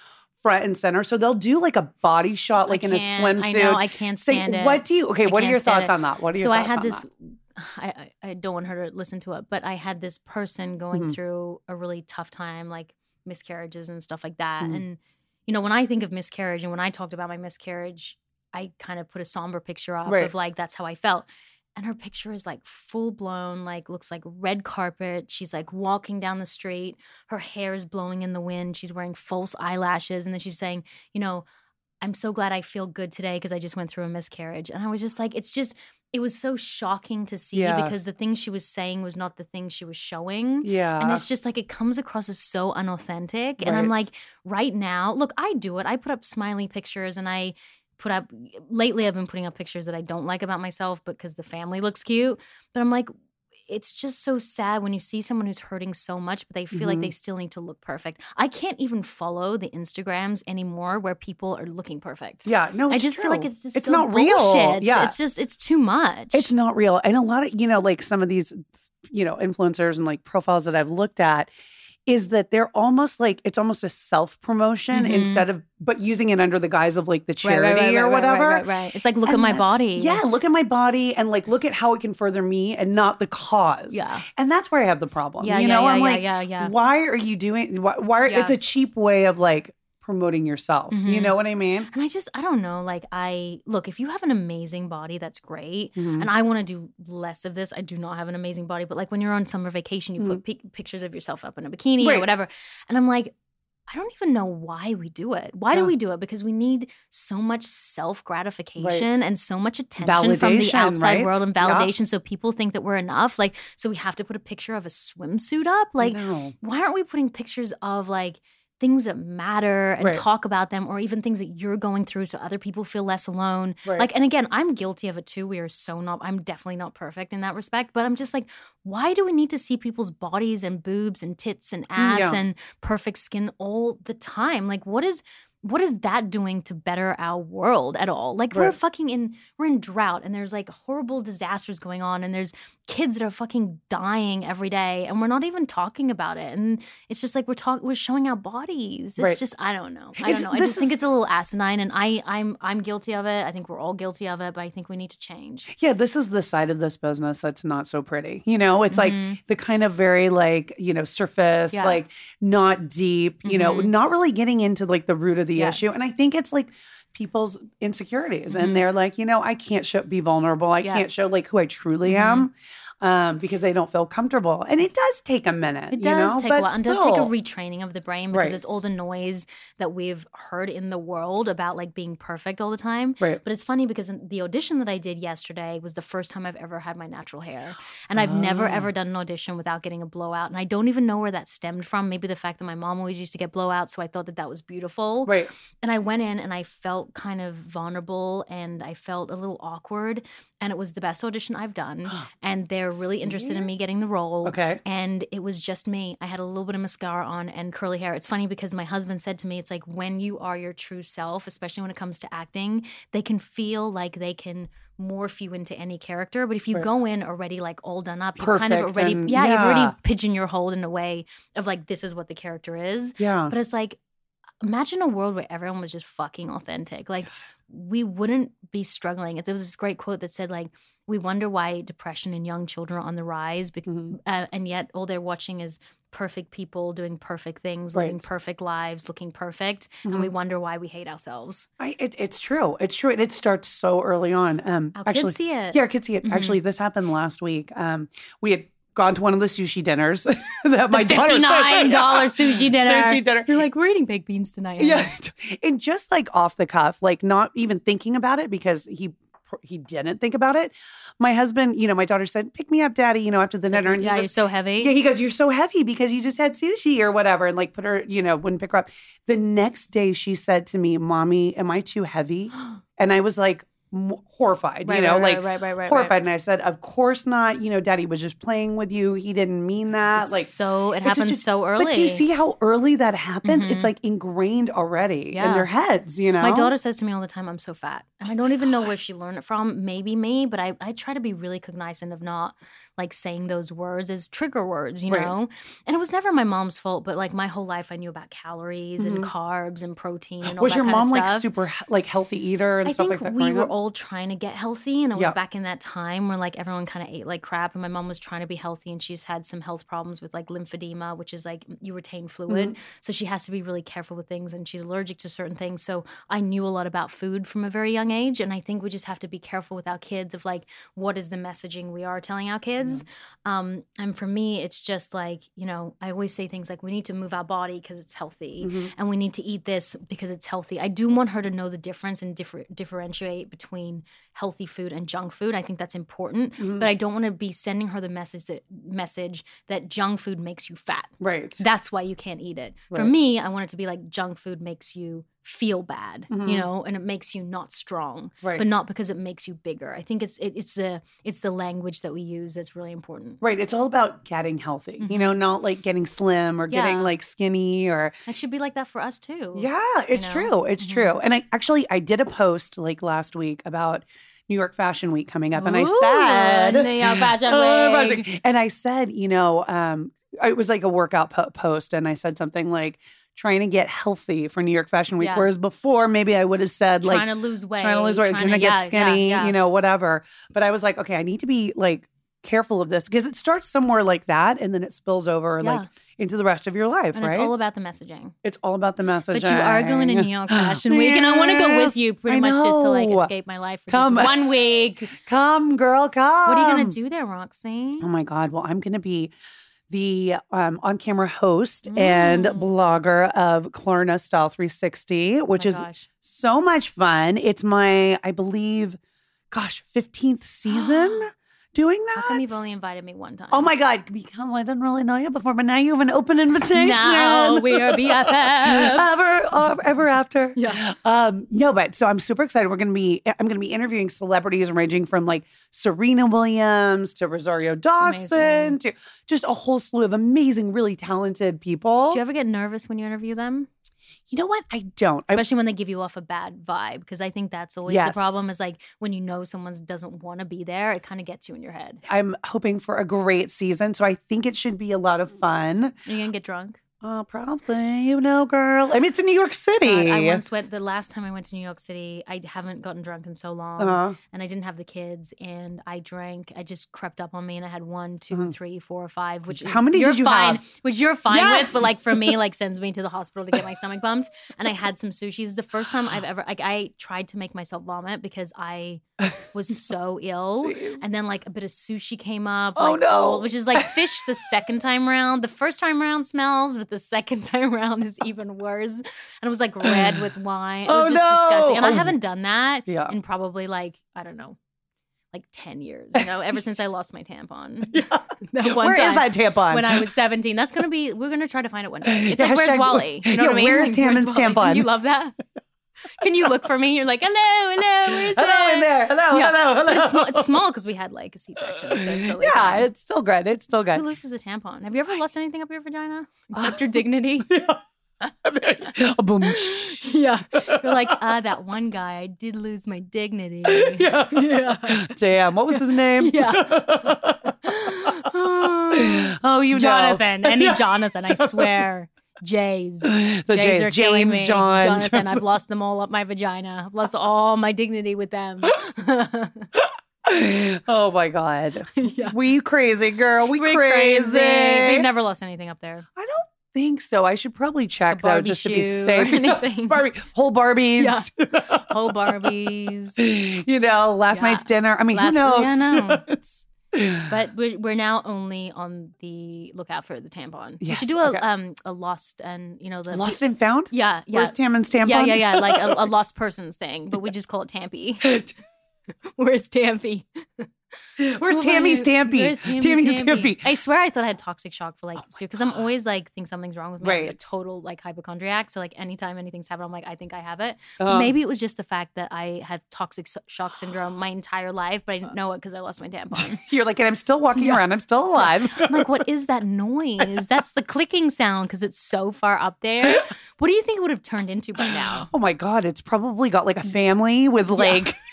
Speaker 3: front and center. So they'll do like a body shot
Speaker 2: I
Speaker 3: like in a
Speaker 2: can't-
Speaker 3: swimsuit.
Speaker 2: I know I can't
Speaker 3: Say-
Speaker 2: stand it.
Speaker 3: What do you Okay,
Speaker 2: I
Speaker 3: what are
Speaker 2: can't
Speaker 3: your
Speaker 2: stand
Speaker 3: thoughts
Speaker 2: it.
Speaker 3: on that? What are your
Speaker 2: so I
Speaker 3: thoughts
Speaker 2: had
Speaker 3: on
Speaker 2: this.
Speaker 3: that?
Speaker 2: I, I I don't want her to listen to it, but I had this person going
Speaker 3: Mhm.
Speaker 2: through a really tough time, like miscarriages and stuff like that.
Speaker 3: Mhm.
Speaker 2: And you know, when I think of miscarriage and when I talked about my miscarriage, I kind of put a somber picture up
Speaker 3: Right.
Speaker 2: of like that's how I felt. And her picture is like full blown, like looks like red carpet. She's like walking down the street. Her hair is blowing in the wind. She's wearing false eyelashes, and then she's saying, you know, I'm so glad I feel good today because I just went through a miscarriage. And I was just like, it's just, it was so shocking to see
Speaker 3: Yeah.
Speaker 2: because the thing she was saying was not the thing she was showing.
Speaker 3: Yeah.
Speaker 2: And it's just like it comes across as so unauthentic. And I'm
Speaker 3: Ah. Right.
Speaker 2: like, right now, look, I do it. I put up smiley pictures and I put up, lately, I've been putting up pictures that I don't like about myself because the family looks cute. But I'm like, it's just so sad when you see someone who's hurting so much, but they feel like
Speaker 3: Mm-hmm.
Speaker 2: they still need to look perfect. I can't even follow the Instagrams anymore where people are looking perfect.
Speaker 3: Yeah, no,
Speaker 2: I
Speaker 3: it's
Speaker 2: just feel like
Speaker 3: true.
Speaker 2: it's just
Speaker 3: it's
Speaker 2: so
Speaker 3: not
Speaker 2: bullshit.
Speaker 3: real.
Speaker 2: It's-
Speaker 3: Yeah,
Speaker 2: it's just it's too much.
Speaker 3: It's not real. And a lot of, you know, like some of these, you know, influencers and like profiles that I've looked at is that they're almost like it's almost a self promotion
Speaker 2: Mhm.
Speaker 3: instead of, but using it under the guise of like the
Speaker 2: Right,
Speaker 3: charity
Speaker 2: right, right,
Speaker 3: or
Speaker 2: right, right, right,
Speaker 3: whatever.
Speaker 2: Right, right. It's like look at
Speaker 3: And
Speaker 2: my
Speaker 3: that's-
Speaker 2: body.
Speaker 3: Yeah, look at my body and like look at how it can further me and not the cause.
Speaker 2: yeah,
Speaker 3: And that's where I have the problem.
Speaker 2: yeah,
Speaker 3: you
Speaker 2: yeah,
Speaker 3: know,
Speaker 2: yeah,
Speaker 3: I'm
Speaker 2: yeah,
Speaker 3: like,
Speaker 2: yeah, yeah.
Speaker 3: why are you doing why, why
Speaker 2: Yeah.
Speaker 3: it's a cheap way of like promoting yourself. You
Speaker 2: Mhm.
Speaker 3: know what I mean?
Speaker 2: And I just I don't know. Like I look, if you have an amazing body, that's great.
Speaker 3: Mhm.
Speaker 2: and I want to do less of this. I do not have an amazing body, but like when you're on summer vacation, you put pic- pictures of yourself up in a bikini
Speaker 3: Mm. Right.
Speaker 2: or whatever. And I'm like, I don't even know why we do it. Why
Speaker 3: Yeah.
Speaker 2: do we do it? Because we need so much self gratification
Speaker 3: Right.
Speaker 2: and so much attention from the
Speaker 3: Validation,
Speaker 2: outside
Speaker 3: right?
Speaker 2: world and
Speaker 3: Yeah.
Speaker 2: validation. So people think that we're enough. Like, so we have to put a picture of a swimsuit up. Like,
Speaker 3: no.
Speaker 2: why aren't we putting pictures of like things that matter and
Speaker 3: Right.
Speaker 2: talk about them or even things that you're going through so other people feel less alone
Speaker 3: Right.
Speaker 2: like and again i'm guilty of it too we are so not i'm definitely not perfect in that respect but i'm just like why do we need to see people's bodies and boobs and tits and ass
Speaker 3: Yeah.
Speaker 2: and perfect skin all the time like what is what is that doing to better our world at all like we're
Speaker 3: Right.
Speaker 2: fucking in we're in drought and there's like horrible disasters going on and there's kids that are fucking dying every day and we're not even talking about it and it's just like we're talking we're showing our bodies it's
Speaker 3: Right.
Speaker 2: just i don't know i
Speaker 3: It's-
Speaker 2: don't know i
Speaker 3: this
Speaker 2: just think
Speaker 3: is-
Speaker 2: it's a little asinine and i i'm i'm guilty of it i think we're all guilty of it but i think we need to change
Speaker 3: yeah, this is the side of this business that's not so pretty. You know, it's
Speaker 2: Mhm.
Speaker 3: like uh, the kind of very like, you know, surface,
Speaker 2: Yeah.
Speaker 3: like not deep, you know,
Speaker 2: Mhm.
Speaker 3: not really getting into like the root of the
Speaker 2: Yeah.
Speaker 3: issue. And I think it's like people's insecurities
Speaker 2: Mhm.
Speaker 3: and they're like, you know, I can't show, be vulnerable. I
Speaker 2: Yeah. Mm-hmm.
Speaker 3: can't show like who I truly am um, because they don't feel comfortable. And it does take a minute.
Speaker 2: It does
Speaker 3: you know?
Speaker 2: take
Speaker 3: but
Speaker 2: a while and does take a
Speaker 3: still-
Speaker 2: retraining of the brain because it's
Speaker 3: Right.
Speaker 2: all the noise that we've heard in the world about like being perfect all the time.
Speaker 3: Right.
Speaker 2: But it's funny because in the audition that I did yesterday was the first time I've ever had my natural hair. And I've never
Speaker 3: Oh.
Speaker 2: ever done an audition without getting a blowout. And I don't even know where that stemmed from. Maybe the fact that my mom always used to get blowouts. So I thought that that was beautiful.
Speaker 3: Right.
Speaker 2: And I went in and I felt kind of vulnerable and I felt a little awkward. And it was the best audition I've done. And they're really interested in
Speaker 3: See?
Speaker 2: me getting the role
Speaker 3: Okay.
Speaker 2: and it was just me. I had a little bit of mascara on and curly hair. It's funny because my husband said to me, it's like when you are your true self, especially when it comes to acting, they can feel like they can morph you into any character. But if you
Speaker 3: Right.
Speaker 2: go in already like all done up, you kind
Speaker 3: Perfect
Speaker 2: of already
Speaker 3: and-
Speaker 2: yeah, you've
Speaker 3: yeah.
Speaker 2: already pigeonholed in a way of like this is what the character is.
Speaker 3: Yeah.
Speaker 2: But it's like imagine a world where everyone was just fucking authentic. Like we wouldn't be struggling. There was this great quote that said like we wonder why depression in young children are on the rise because
Speaker 3: Mhm.
Speaker 2: uh, and yet all they're watching is perfect people doing perfect things, living
Speaker 3: Right.
Speaker 2: perfect lives, looking perfect, and we wonder why we hate ourselves.
Speaker 3: mm-hmm. I, it, it's true. It's true. And it starts so early on. Um,
Speaker 2: Our
Speaker 3: actually,
Speaker 2: kids see it.
Speaker 3: Yeah, I could see it.
Speaker 2: Mhm.
Speaker 3: Actually, this happened last week. Um, we had gone to one of the sushi dinners that my
Speaker 2: the
Speaker 3: daughter
Speaker 2: fifty nine dollar
Speaker 3: dollars
Speaker 2: sushi dinner.
Speaker 3: Sushi dinner.
Speaker 2: You're like, we're eating baked beans tonight.
Speaker 3: Yeah, and just like off the cuff, like not even thinking about it because he he didn't think about it. My husband, you know, my daughter said, "Pick me up, daddy." You know, after the
Speaker 2: It's like,
Speaker 3: dinner, and he
Speaker 2: yeah,
Speaker 3: was-
Speaker 2: you're so heavy.
Speaker 3: yeah, he goes, You're so heavy because you just had sushi or whatever. And like put her, you know, wouldn't pick her up. The next day she said to me, Mommy, am I too heavy? And I was like m- horrified,
Speaker 2: Right,
Speaker 3: you know,
Speaker 2: right,
Speaker 3: like
Speaker 2: right, right, right, right,
Speaker 3: horrified. And I said, Of course not. You know, daddy was just playing with you. He didn't mean that.
Speaker 2: It's
Speaker 3: like,
Speaker 2: so it
Speaker 3: it's just-
Speaker 2: happens
Speaker 3: just-
Speaker 2: so early.
Speaker 3: but do you see how early that happens?
Speaker 2: Mhm.
Speaker 3: It's like ingrained already in
Speaker 2: Yeah.
Speaker 3: their heads, you know? Oh
Speaker 2: My daughter says to me all the time, I'm so fat. And I don't even know where she learned it from. Maybe me, but I, I try to be really cognizant of not like saying those words as trigger words, you
Speaker 3: Right.
Speaker 2: know? And it was never my mom's fault, but like my whole life I knew about calories and carbs and protein and all
Speaker 3: Mm-hmm. was
Speaker 2: that
Speaker 3: your
Speaker 2: kind of
Speaker 3: mom like
Speaker 2: stuff.
Speaker 3: super he- like healthy eater and
Speaker 2: I
Speaker 3: stuff
Speaker 2: think
Speaker 3: like that?
Speaker 2: we
Speaker 3: growing
Speaker 2: were
Speaker 3: up?
Speaker 2: all trying to get healthy, and it was
Speaker 3: Yeah.
Speaker 2: back in that time where like everyone kind of ate like crap, and my mom was trying to be healthy, and she's had some health problems with like lymphedema, which is like you retain fluid,
Speaker 3: Mm-hmm.
Speaker 2: so she has to be really careful with things, and she's allergic to certain things. So I knew a lot about food from a very young age, and I think we just have to be careful with our kids of like what is the messaging we are telling our kids. Um, and for me, it's just like you know I always say things like we need to move our body because it's healthy
Speaker 3: Mhm.
Speaker 2: and we need to eat this because it's healthy. I do want her to know the difference and differ- differentiate between healthy food and junk food. I think that's important,
Speaker 3: Mhm.
Speaker 2: but I don't want to be sending her the message that, message that junk food makes you fat.
Speaker 3: Right.
Speaker 2: That's why you can't eat it. For
Speaker 3: Right.
Speaker 2: me, I want it to be like junk food makes you feel bad,
Speaker 3: Mhm.
Speaker 2: you know, and it makes you not strong,
Speaker 3: Right.
Speaker 2: but not because it makes you bigger. I think it's it, it's the it's the language that we use that's really important.
Speaker 3: Right. It's all about getting healthy, you know, not like getting slim or getting
Speaker 2: Mm-hmm. Yeah.
Speaker 3: like skinny or.
Speaker 2: That should be like that for us too.
Speaker 3: Yeah, it's
Speaker 2: know?
Speaker 3: true. It's
Speaker 2: Mhm.
Speaker 3: true. And I actually, I did a post like last week about New York Fashion Week coming up. And I
Speaker 2: Ooh,
Speaker 3: said,
Speaker 2: New York Fashion
Speaker 3: Oh, Fashion
Speaker 2: Week.
Speaker 3: Week. And I said, you know, um, it was like a workout po- post. And I said something like, trying to get healthy for New York Fashion Week.
Speaker 2: Yeah.
Speaker 3: Whereas before, maybe I would have said, like,
Speaker 2: trying to lose weight,
Speaker 3: trying to lose weight, trying to, get
Speaker 2: yeah, yeah,
Speaker 3: skinny,
Speaker 2: yeah.
Speaker 3: you know, whatever. But I was like, okay, I need to be like careful of this because it starts somewhere like that and then it spills over
Speaker 2: Yeah.
Speaker 3: like into the rest of your life,
Speaker 2: and
Speaker 3: right?
Speaker 2: it's all about the messaging.
Speaker 3: about the message.
Speaker 2: But you are going to New York Fashion Week, and I want to go with you pretty
Speaker 3: I
Speaker 2: much just to like
Speaker 3: know.
Speaker 2: escape my life for
Speaker 3: Come.
Speaker 2: just one week.
Speaker 3: Come, girl, come.
Speaker 2: What are you gonna do there, Roxy?
Speaker 3: Oh my God. Well, I'm going to be the um, on camera host and
Speaker 2: Mm.
Speaker 3: blogger of Klarna Style 360, which
Speaker 2: Oh my
Speaker 3: is
Speaker 2: gosh.
Speaker 3: so much fun. It's my, I believe, gosh, 15th season doing that.
Speaker 2: How come you've only invited me one time?
Speaker 3: Oh my God, because I didn't really know you before, but now you have an open invitation.
Speaker 2: Now we are BFFs.
Speaker 3: ever, uh, ever after.
Speaker 2: Yeah.
Speaker 3: Um, no, but so I'm super excited. We're gonna be I'm gonna be interviewing celebrities ranging from like Serena Williams to Rosario Dawson
Speaker 2: amazing.
Speaker 3: to just a whole slew of amazing, really talented people.
Speaker 2: Do you ever get nervous when you interview them?
Speaker 3: You know what? I don't. I-
Speaker 2: Especially when they give you off a bad vibe, because I think that's always
Speaker 3: Yes.
Speaker 2: the problem. Is like when you know someone doesn't want to be there, it kind of gets you in your head.
Speaker 3: I'm hoping for a great season, so I think it should be a lot of fun.
Speaker 2: Are you gonna get drunk?
Speaker 3: Oh, probably, you know, girl. I mean, it's in New York
Speaker 2: God,
Speaker 3: City.
Speaker 2: I once went the last time I went to New York City. I haven't gotten drunk in so long,
Speaker 3: Uh-huh.
Speaker 2: and I didn't have the kids, and I drank. I just crept up on me, and I had one, two,
Speaker 3: Mhm.
Speaker 2: three, four, five. Which is
Speaker 3: How many
Speaker 2: you're
Speaker 3: did you
Speaker 2: fine,
Speaker 3: have?
Speaker 2: Which you're fine
Speaker 3: Yes!
Speaker 2: with, but like for me, like sends me to the hospital to get my stomach bumped. And I had some sushi. It's the first time I've ever like I tried to make myself vomit because I was so ill.
Speaker 3: Jeez.
Speaker 2: And then like a bit of sushi came up.
Speaker 3: Oh,
Speaker 2: like,
Speaker 3: no.
Speaker 2: old- which is like fish the second time round. The first time round smells, but the second time round is even worse. And it was like red with wine. It
Speaker 3: Oh,
Speaker 2: was just disgusting.
Speaker 3: no.
Speaker 2: And
Speaker 3: Oh.
Speaker 2: I haven't done that
Speaker 3: Yeah.
Speaker 2: in probably like, I don't know, like 10 years, you know, ever since I lost my tampon.
Speaker 3: Yeah.
Speaker 2: That one
Speaker 3: Where is
Speaker 2: time
Speaker 3: that tampon?
Speaker 2: When I was 17. That's going to be, we're going to try to find it one day. It's
Speaker 3: Yeah,
Speaker 2: like, where's
Speaker 3: hashtag-
Speaker 2: Wally? You know
Speaker 3: Yeah,
Speaker 2: what I mean?
Speaker 3: where's
Speaker 2: Like,
Speaker 3: Tammin's
Speaker 2: Wally?
Speaker 3: tampon?
Speaker 2: Can you love that? Can you look for me? You're like, hello, hello, where's
Speaker 3: hello in
Speaker 2: it?
Speaker 3: there. Hello,
Speaker 2: Yeah.
Speaker 3: hello, hello.
Speaker 2: But it's small. It's small because we had like a C-section. So it's still, like,
Speaker 3: yeah,
Speaker 2: fine.
Speaker 3: it's still good. It's still
Speaker 2: Who
Speaker 3: good.
Speaker 2: loses a tampon? Have you ever lost anything up your vagina except your dignity?
Speaker 3: Boom.
Speaker 2: yeah, you're like ah, that one guy. I did lose my dignity.
Speaker 3: Yeah.
Speaker 2: Yeah.
Speaker 3: Damn. What was his name? oh, you know.
Speaker 2: Jonathan, any
Speaker 3: Yeah.
Speaker 2: Jonathan, I swear. Jays.
Speaker 3: The
Speaker 2: Jays,
Speaker 3: Jays.
Speaker 2: are killing
Speaker 3: James
Speaker 2: me.
Speaker 3: John.
Speaker 2: Jonathan, I've lost them all up my vagina. I've lost all my dignity with them.
Speaker 3: oh my God.
Speaker 2: yeah.
Speaker 3: We crazy girl. We
Speaker 2: We're
Speaker 3: crazy.
Speaker 2: They've never lost anything up there.
Speaker 3: I don't think so. I should probably
Speaker 2: A
Speaker 3: check though,
Speaker 2: Barbie
Speaker 3: just to
Speaker 2: shoe
Speaker 3: be safe.
Speaker 2: or anything.
Speaker 3: Barbie, whole Barbies.
Speaker 2: Whole Barbies.
Speaker 3: you know, last
Speaker 2: Yeah.
Speaker 3: night's dinner. I mean,
Speaker 2: Last-
Speaker 3: who knows?
Speaker 2: yeah, I know.
Speaker 3: It's-
Speaker 2: But we're, we're now only on the lookout for the tampon. we
Speaker 3: Yes,
Speaker 2: should do a
Speaker 3: okay.
Speaker 2: um a lost and you know the
Speaker 3: lost and found.
Speaker 2: Yeah, yeah,
Speaker 3: Where's Tammin's tampon?
Speaker 2: yeah, yeah, yeah. Like a, a lost persons thing, but we just call it Tampy. Where's Tampy?
Speaker 3: Where's
Speaker 2: Who
Speaker 3: Tammy's
Speaker 2: are you?
Speaker 3: tampy?
Speaker 2: Where's Tammy's,
Speaker 3: Tammy's
Speaker 2: tampy?
Speaker 3: tampy.
Speaker 2: I swear I thought I had toxic shock for like
Speaker 3: Oh my
Speaker 2: because I'm always like think something's wrong with me. I'm a
Speaker 3: Right.
Speaker 2: total like hypochondriac. So like anytime anything's happened, I'm like I think I have it.
Speaker 3: Um,
Speaker 2: But maybe it was just the fact that I had toxic so- shock syndrome my entire life, but I
Speaker 3: Uh.
Speaker 2: didn't know it because I lost my tampon.
Speaker 3: you're like, and I'm still walking around. I'm still alive.
Speaker 2: I'm like, what is that noise? That's the clicking sound because it's so far up there. What do you think it would have turned into by now?
Speaker 3: Oh my god, it's probably got like a family with like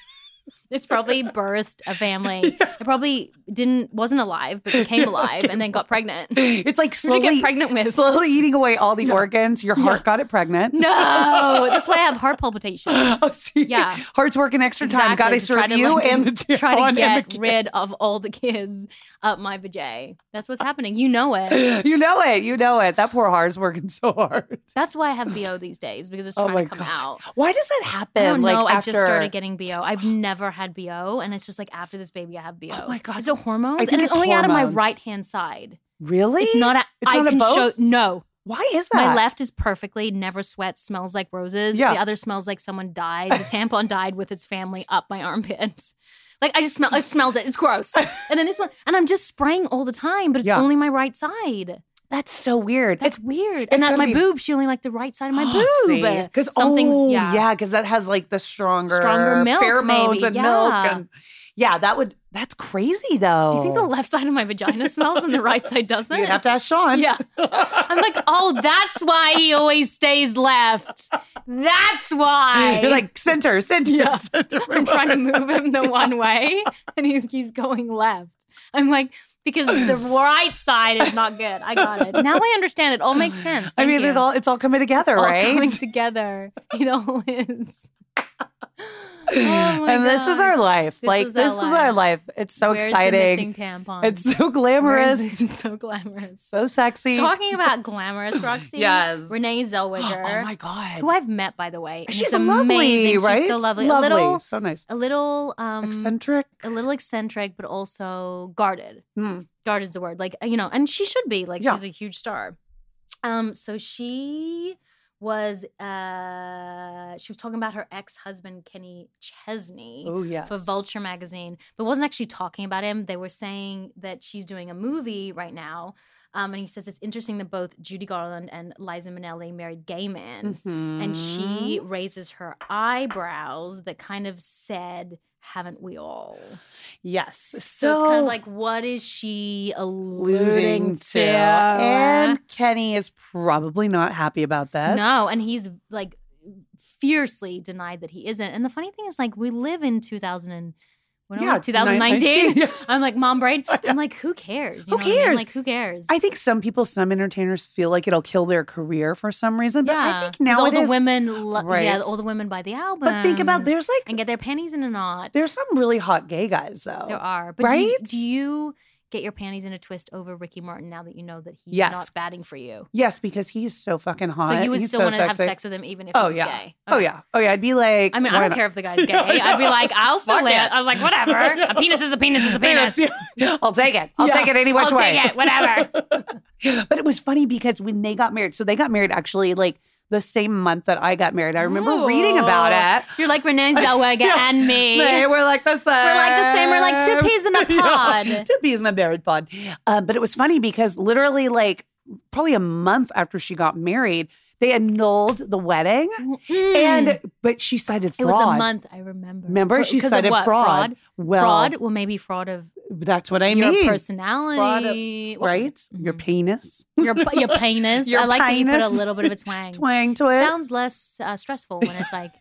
Speaker 2: It's probably birthed a family. It probably didn't wasn't alive, but became alive and then got pregnant. Who
Speaker 3: it's like
Speaker 2: did you
Speaker 3: slowly
Speaker 2: get pregnant with?
Speaker 3: slowly eating away all the organs. Your heart got it pregnant.
Speaker 2: No, that's why I have heart palpitations.
Speaker 3: Oh, see,
Speaker 2: Yeah.
Speaker 3: heart's working extra time. Got
Speaker 2: Exactly,
Speaker 3: to
Speaker 2: to try
Speaker 3: serve
Speaker 2: to,
Speaker 3: you
Speaker 2: like,
Speaker 3: and the
Speaker 2: Try to
Speaker 3: tampon and
Speaker 2: get
Speaker 3: the kid.
Speaker 2: rid of all the kids up my vajay. That's what's happening. You know it.
Speaker 3: You know it. You know it. That poor heart's working so hard.
Speaker 2: That's why I have BO these days because it's
Speaker 3: Oh
Speaker 2: trying
Speaker 3: my
Speaker 2: to come
Speaker 3: God.
Speaker 2: out.
Speaker 3: Why does that happen?
Speaker 2: I don't
Speaker 3: like
Speaker 2: know. I
Speaker 3: after
Speaker 2: just started getting BO. I've never had BO, and it's just like after this baby, I have BO.
Speaker 3: Oh my God.
Speaker 2: Is it hormones?
Speaker 3: I think
Speaker 2: and it's,
Speaker 3: it's
Speaker 2: only out of my
Speaker 3: hormones.
Speaker 2: right hand side.
Speaker 3: really.
Speaker 2: It's not. A,
Speaker 3: It's
Speaker 2: I
Speaker 3: not a
Speaker 2: can show.
Speaker 3: both?
Speaker 2: No,
Speaker 3: Why is that?
Speaker 2: my left is perfectly never sweats, smells like roses.
Speaker 3: Yeah.
Speaker 2: The other smells like someone died. The tampon died with its family up my armpits. Like I just smell. I smelled it. It's gross. and then this one, and I'm just spraying all the time, but it's
Speaker 3: Yeah.
Speaker 2: only my right side.
Speaker 3: That's so weird.
Speaker 2: That's
Speaker 3: it's
Speaker 2: weird. And
Speaker 3: it's
Speaker 2: that my
Speaker 3: gotta be- Oh,
Speaker 2: boob, she only liked the right side of my boob.
Speaker 3: because
Speaker 2: Something's-
Speaker 3: oh
Speaker 2: yeah.
Speaker 3: yeah, because that has like the stronger
Speaker 2: Stronger milk,
Speaker 3: pheromones
Speaker 2: maybe.
Speaker 3: and milk
Speaker 2: Yeah.
Speaker 3: and yeah, that would that's crazy though.
Speaker 2: Do you think the left side of my vagina smells and the right side doesn't?
Speaker 3: Oh. You'd have to ask Sean.
Speaker 2: Yeah. I'm like, oh, that's why he always stays left. That's why.
Speaker 3: You're like center, center, center.
Speaker 2: I'm trying to move him the one way and he keeps going left. I'm like, because the right side is not good. I got it. Now I understand. It all makes sense.
Speaker 3: I
Speaker 2: Thank
Speaker 3: mean,
Speaker 2: you.
Speaker 3: it all it's all coming together,
Speaker 2: All
Speaker 3: right?
Speaker 2: coming together. It all is. Oh my
Speaker 3: and this is
Speaker 2: gosh.
Speaker 3: our life.
Speaker 2: This
Speaker 3: like
Speaker 2: is our
Speaker 3: this is our life. It's so
Speaker 2: Where's The
Speaker 3: exciting.
Speaker 2: missing tampon.
Speaker 3: It's so
Speaker 2: Where is
Speaker 3: glamorous.
Speaker 2: it? so glamorous.
Speaker 3: so sexy.
Speaker 2: Talking about glamorous, Roxy.
Speaker 3: Yes.
Speaker 2: Renee Zellweger.
Speaker 3: Oh my god.
Speaker 2: who I've met by the way. and
Speaker 3: She's
Speaker 2: is amazing.
Speaker 3: lovely, right?
Speaker 2: She's so lovely.
Speaker 3: Lovely.
Speaker 2: A little,
Speaker 3: so nice.
Speaker 2: a little, um,
Speaker 3: Eccentric.
Speaker 2: a little eccentric, but also guarded.
Speaker 3: Hmm.
Speaker 2: Guarded is the word. Like you know, and she should be. Like
Speaker 3: Yeah.
Speaker 2: she's a huge star. Um, so she was uh she was talking about her ex-husband Kenny Chesney
Speaker 3: Oh yes.
Speaker 2: for Vulture magazine, but wasn't actually talking about him. They were saying that she's doing a movie right now. Um, and he says it's interesting that both Judy Garland and Liza Minnelli married gay men.
Speaker 3: Mm-hmm.
Speaker 2: And she raises her eyebrows that kind of said, haven't we all?
Speaker 3: yes. So,
Speaker 2: So, it's kind of like, what is she alluding
Speaker 3: alluding
Speaker 2: to?
Speaker 3: to, and Kenny is probably not happy about
Speaker 2: Uh,
Speaker 3: this.
Speaker 2: no, and he's like fiercely denied that he isn't. And the funny thing is, like, we live in 2000 and, what are we,
Speaker 3: Yeah,
Speaker 2: 2019.
Speaker 3: Yeah.
Speaker 2: I'm like, mom brain.
Speaker 3: Yeah.
Speaker 2: I'm like, who cares?
Speaker 3: Who
Speaker 2: know what I mean?
Speaker 3: cares?
Speaker 2: Like, who cares?
Speaker 3: I think some people, some entertainers, feel like it'll kill their career for some reason. But I think
Speaker 2: 'cause
Speaker 3: now
Speaker 2: all the women, lo- yeah,
Speaker 3: Right.
Speaker 2: all the women buy the album.
Speaker 3: But think about there's like
Speaker 2: and get their panties in a knot.
Speaker 3: there's some really hot gay guys though.
Speaker 2: there are, but do, you,
Speaker 3: right?
Speaker 2: do you get your panties in a twist over Ricky Martin now that you know that he's
Speaker 3: Yes.
Speaker 2: not batting for you?
Speaker 3: Yes, because he's so fucking hot.
Speaker 2: so you would
Speaker 3: He's
Speaker 2: still
Speaker 3: so
Speaker 2: want to have
Speaker 3: sexy.
Speaker 2: sex with him even if
Speaker 3: Oh,
Speaker 2: he was
Speaker 3: yeah.
Speaker 2: gay.
Speaker 3: Oh
Speaker 2: Okay.
Speaker 3: yeah. Oh yeah. I'd be like.
Speaker 2: I mean,
Speaker 3: why
Speaker 2: I don't
Speaker 3: not?
Speaker 2: care if the guy's gay.
Speaker 3: Yeah, I
Speaker 2: I'd be
Speaker 3: know.
Speaker 2: like, I'll still
Speaker 3: Fuck
Speaker 2: live.
Speaker 3: it.
Speaker 2: I'm like, whatever.
Speaker 3: I know.
Speaker 2: A penis is a penis is a penis.
Speaker 3: Penis, yeah. I'll take it. I'll
Speaker 2: Yeah.
Speaker 3: take it any which
Speaker 2: I'll
Speaker 3: way.
Speaker 2: take it. Whatever.
Speaker 3: but it was funny because when they got married, so they got married actually like the same month that I got married. I remember reading about it.
Speaker 2: You're like Renee Zellweger
Speaker 3: Yeah.
Speaker 2: and me.
Speaker 3: They were like the same.
Speaker 2: We're like the same. We're like two peas in a
Speaker 3: Yeah.
Speaker 2: pod.
Speaker 3: two peas in a married pod. Um, but it was funny because literally like probably a month after she got married, they annulled the wedding. And but she cited
Speaker 2: Hmm. It
Speaker 3: fraud.
Speaker 2: was a month. I remember.
Speaker 3: Remember,
Speaker 2: For-
Speaker 3: she
Speaker 2: 'cause of
Speaker 3: cited
Speaker 2: what?
Speaker 3: fraud. Well,
Speaker 2: fraud. Well, maybe fraud of
Speaker 3: That's what I
Speaker 2: your
Speaker 3: mean.
Speaker 2: personality, Well,
Speaker 3: right? Your
Speaker 2: mhm.
Speaker 3: penis.
Speaker 2: your p- your penis.
Speaker 3: Your
Speaker 2: I like that you put a
Speaker 3: penis.
Speaker 2: little bit of a twang.
Speaker 3: Twang to it.
Speaker 2: Sounds less uh, stressful when it's like,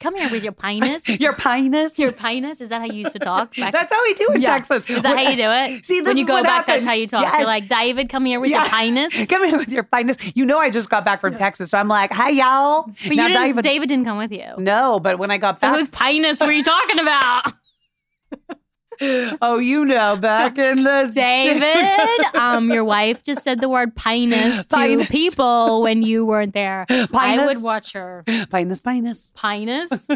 Speaker 2: come here with your penis.
Speaker 3: Your penis.
Speaker 2: your penis. Is that how you used to talk? Back-
Speaker 3: that's how we do in
Speaker 2: Yeah.
Speaker 3: Texas.
Speaker 2: is that how you do it?
Speaker 3: See, this
Speaker 2: when you
Speaker 3: is
Speaker 2: go
Speaker 3: what
Speaker 2: back, that's
Speaker 3: happened.
Speaker 2: how you talk.
Speaker 3: Yes.
Speaker 2: You're like, David, come here with
Speaker 3: Yeah.
Speaker 2: your penis.
Speaker 3: Come here with your penis. You know, I just got back from Texas, so I'm like, "Hi, y'all."
Speaker 2: But you
Speaker 3: Now,
Speaker 2: didn't,
Speaker 3: David-
Speaker 2: David didn't come with you.
Speaker 3: No, but when I got
Speaker 2: So
Speaker 3: back,
Speaker 2: whose penis were you talking about?
Speaker 3: oh, you know, back in the
Speaker 2: David, um, your wife just said the word penis to
Speaker 3: Penis.
Speaker 2: people when you weren't there. I
Speaker 3: Penis.
Speaker 2: would watch her
Speaker 3: penis, penis.
Speaker 2: penis.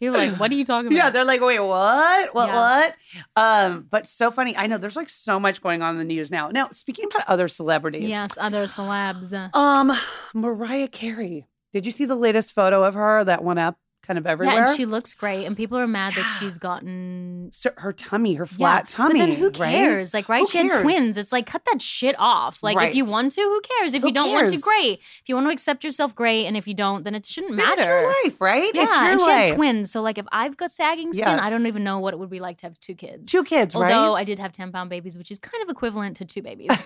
Speaker 2: People are like, what are you talking about?
Speaker 3: Yeah, they're like, wait, what? What?
Speaker 2: Yeah.
Speaker 3: What? Um, but so funny. I know there's like so much going on in the news now. Now, speaking about other celebrities,
Speaker 2: Yes, other celebs.
Speaker 3: Um, Mariah Carey. Did you see the latest photo of her that went up kind of everywhere?
Speaker 2: Yeah, and she looks great, and people are mad that
Speaker 3: Yeah.
Speaker 2: she's gotten
Speaker 3: So her tummy, her
Speaker 2: yeah,
Speaker 3: flat tummy.
Speaker 2: But then who
Speaker 3: right?
Speaker 2: cares? Like, right?
Speaker 3: Who
Speaker 2: she
Speaker 3: cares?
Speaker 2: had twins. It's like cut that shit off. Like, if you
Speaker 3: Right.
Speaker 2: want to, who cares? If
Speaker 3: Who
Speaker 2: you don't want to,
Speaker 3: cares?
Speaker 2: great. If you want to accept yourself, great. And if you don't, then it shouldn't
Speaker 3: Then
Speaker 2: matter.
Speaker 3: It's your life, right?
Speaker 2: Yeah,
Speaker 3: it's your
Speaker 2: and
Speaker 3: life.
Speaker 2: she had twins. So like, if I've got sagging skin, I don't
Speaker 3: Yes.
Speaker 2: even know what it would be like to have two kids.
Speaker 3: Two kids, right?
Speaker 2: Although I did have ten pound babies, which is kind of equivalent to two babies.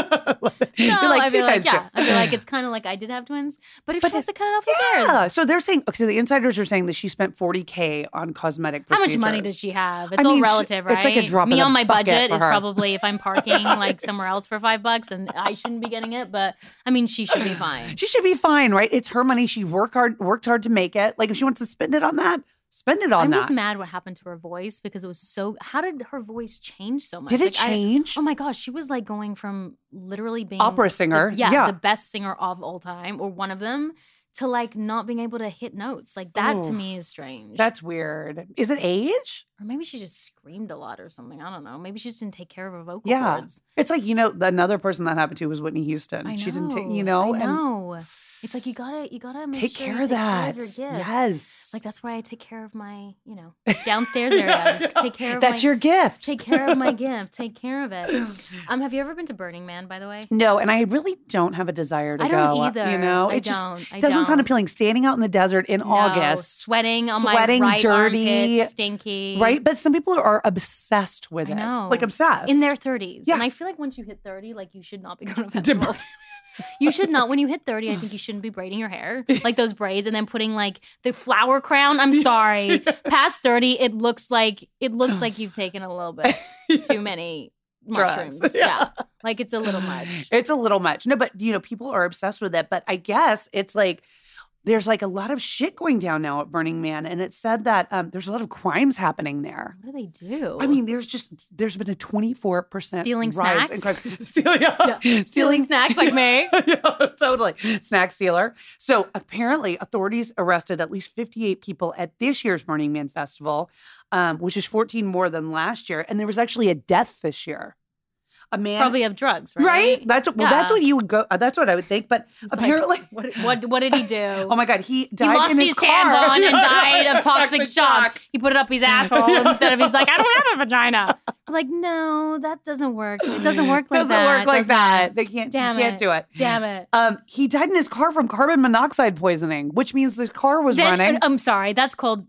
Speaker 3: You're
Speaker 2: No,
Speaker 3: like
Speaker 2: I'd
Speaker 3: two
Speaker 2: be like,
Speaker 3: times
Speaker 2: yeah.
Speaker 3: two.
Speaker 2: I feel like it's kind of like I did have twins, but if
Speaker 3: But
Speaker 2: she has to cut it off, who cares?
Speaker 3: Yeah. So they're saying, okay, so the insiders are saying that she spent 40K on cosmetic
Speaker 2: How
Speaker 3: procedures.
Speaker 2: much money does she have? It's
Speaker 3: I mean,
Speaker 2: all
Speaker 3: she-
Speaker 2: relative, right?
Speaker 3: it's like a drop in
Speaker 2: Me
Speaker 3: the
Speaker 2: on my
Speaker 3: bucket
Speaker 2: budget
Speaker 3: for
Speaker 2: is
Speaker 3: her.
Speaker 2: probably if I'm parking like somewhere else for five bucks, and I shouldn't be getting it. But I mean, she should be fine.
Speaker 3: She should be fine, right? It's her money. She worked hard, worked hard to make it. Like if she wants to spend it on that, spend it on
Speaker 2: I'm
Speaker 3: that.
Speaker 2: just mad what happened to her voice because it was so. How did her voice change so much?
Speaker 3: Did it
Speaker 2: Like, I-
Speaker 3: change?
Speaker 2: oh my gosh, she was like going from literally being
Speaker 3: Opera
Speaker 2: the-
Speaker 3: singer,
Speaker 2: yeah,
Speaker 3: yeah.
Speaker 2: the best singer of all time or one of them, to like not being able to hit notes. Like that to
Speaker 3: Oof.
Speaker 2: me is strange.
Speaker 3: That's weird. Is it age?
Speaker 2: or maybe she just screamed a lot or something. I don't know. Maybe she just didn't take care of her vocal
Speaker 3: Yeah.
Speaker 2: cords.
Speaker 3: It's like you know another person that happened to was Whitney Houston.
Speaker 2: I know,
Speaker 3: she didn't take you
Speaker 2: I
Speaker 3: know, and
Speaker 2: know. It's like you gotta you gotta make
Speaker 3: take
Speaker 2: sure
Speaker 3: care
Speaker 2: you
Speaker 3: of
Speaker 2: take
Speaker 3: that.
Speaker 2: Care of your gift.
Speaker 3: yes.
Speaker 2: Like that's why I take care of my, you know, downstairs area. I just take care of
Speaker 3: That's
Speaker 2: my,
Speaker 3: your gift.
Speaker 2: take care of my gift. Take care of it. Um, have you ever been to Burning Man, by the way?
Speaker 3: no, and I really don't have a desire to
Speaker 2: I don't
Speaker 3: go. uh,
Speaker 2: either.
Speaker 3: You know,
Speaker 2: I
Speaker 3: it just
Speaker 2: don't. I
Speaker 3: doesn't sound
Speaker 2: don't.
Speaker 3: appealing. Standing out in the desert in
Speaker 2: No,
Speaker 3: August,
Speaker 2: sweating on
Speaker 3: sweating,
Speaker 2: my right
Speaker 3: dirty,
Speaker 2: armpit, stinky,
Speaker 3: right? But some people are obsessed with
Speaker 2: I
Speaker 3: it.
Speaker 2: know.
Speaker 3: Like obsessed
Speaker 2: in their thirties.
Speaker 3: Yeah.
Speaker 2: And I feel like once you hit thirty, like you should not be going to
Speaker 3: To
Speaker 2: festivals. you should not. When you hit thirty, I think you shouldn't be braiding your hair like those braids and then putting like the flower crown. I'm sorry. Past thirty, it looks like it looks like you've taken a little bit too many
Speaker 3: Drugs.
Speaker 2: mushrooms. Yeah. like it's a little much.
Speaker 3: It's a little much. No, but you know, people are obsessed with it. But I guess it's like there's like a lot of shit going down now at Burning Man, and it said that um, there's a lot of crimes happening there.
Speaker 2: What do they do?
Speaker 3: I mean, there's just there's been a 24 percent
Speaker 2: Stealing
Speaker 3: rise in
Speaker 2: snacks?
Speaker 3: crimes. stealing,
Speaker 2: Yeah. stealing snacks like me.
Speaker 3: yeah, totally. Snack stealer. So apparently, authorities arrested at least 58 people at this year's Burning Man Festival, um, which is 14 more than last year. And there was actually a death this year. A man,
Speaker 2: Probably of drugs, right?
Speaker 3: right? That's well, that's
Speaker 2: Yeah.
Speaker 3: what you would go. uh, That's what I would think. But
Speaker 2: It's like,
Speaker 3: apparently,
Speaker 2: what, what what did he do?
Speaker 3: oh my god, he
Speaker 2: He
Speaker 3: died
Speaker 2: lost
Speaker 3: in his,
Speaker 2: his,
Speaker 3: car.
Speaker 2: tampon and died of toxic, shock.
Speaker 3: shock.
Speaker 2: He put it up his asshole
Speaker 3: Yeah.
Speaker 2: instead of he's like, I don't have a vagina. I'm like, no, that doesn't work. It doesn't work like
Speaker 3: doesn't
Speaker 2: that.
Speaker 3: work like
Speaker 2: does it?
Speaker 3: that. They can't. you
Speaker 2: Damn
Speaker 3: can't
Speaker 2: it.
Speaker 3: do it.
Speaker 2: Damn it.
Speaker 3: Um, he died in his car from carbon monoxide poisoning, which means the car was
Speaker 2: Then-
Speaker 3: running.
Speaker 2: I'm sorry. That's called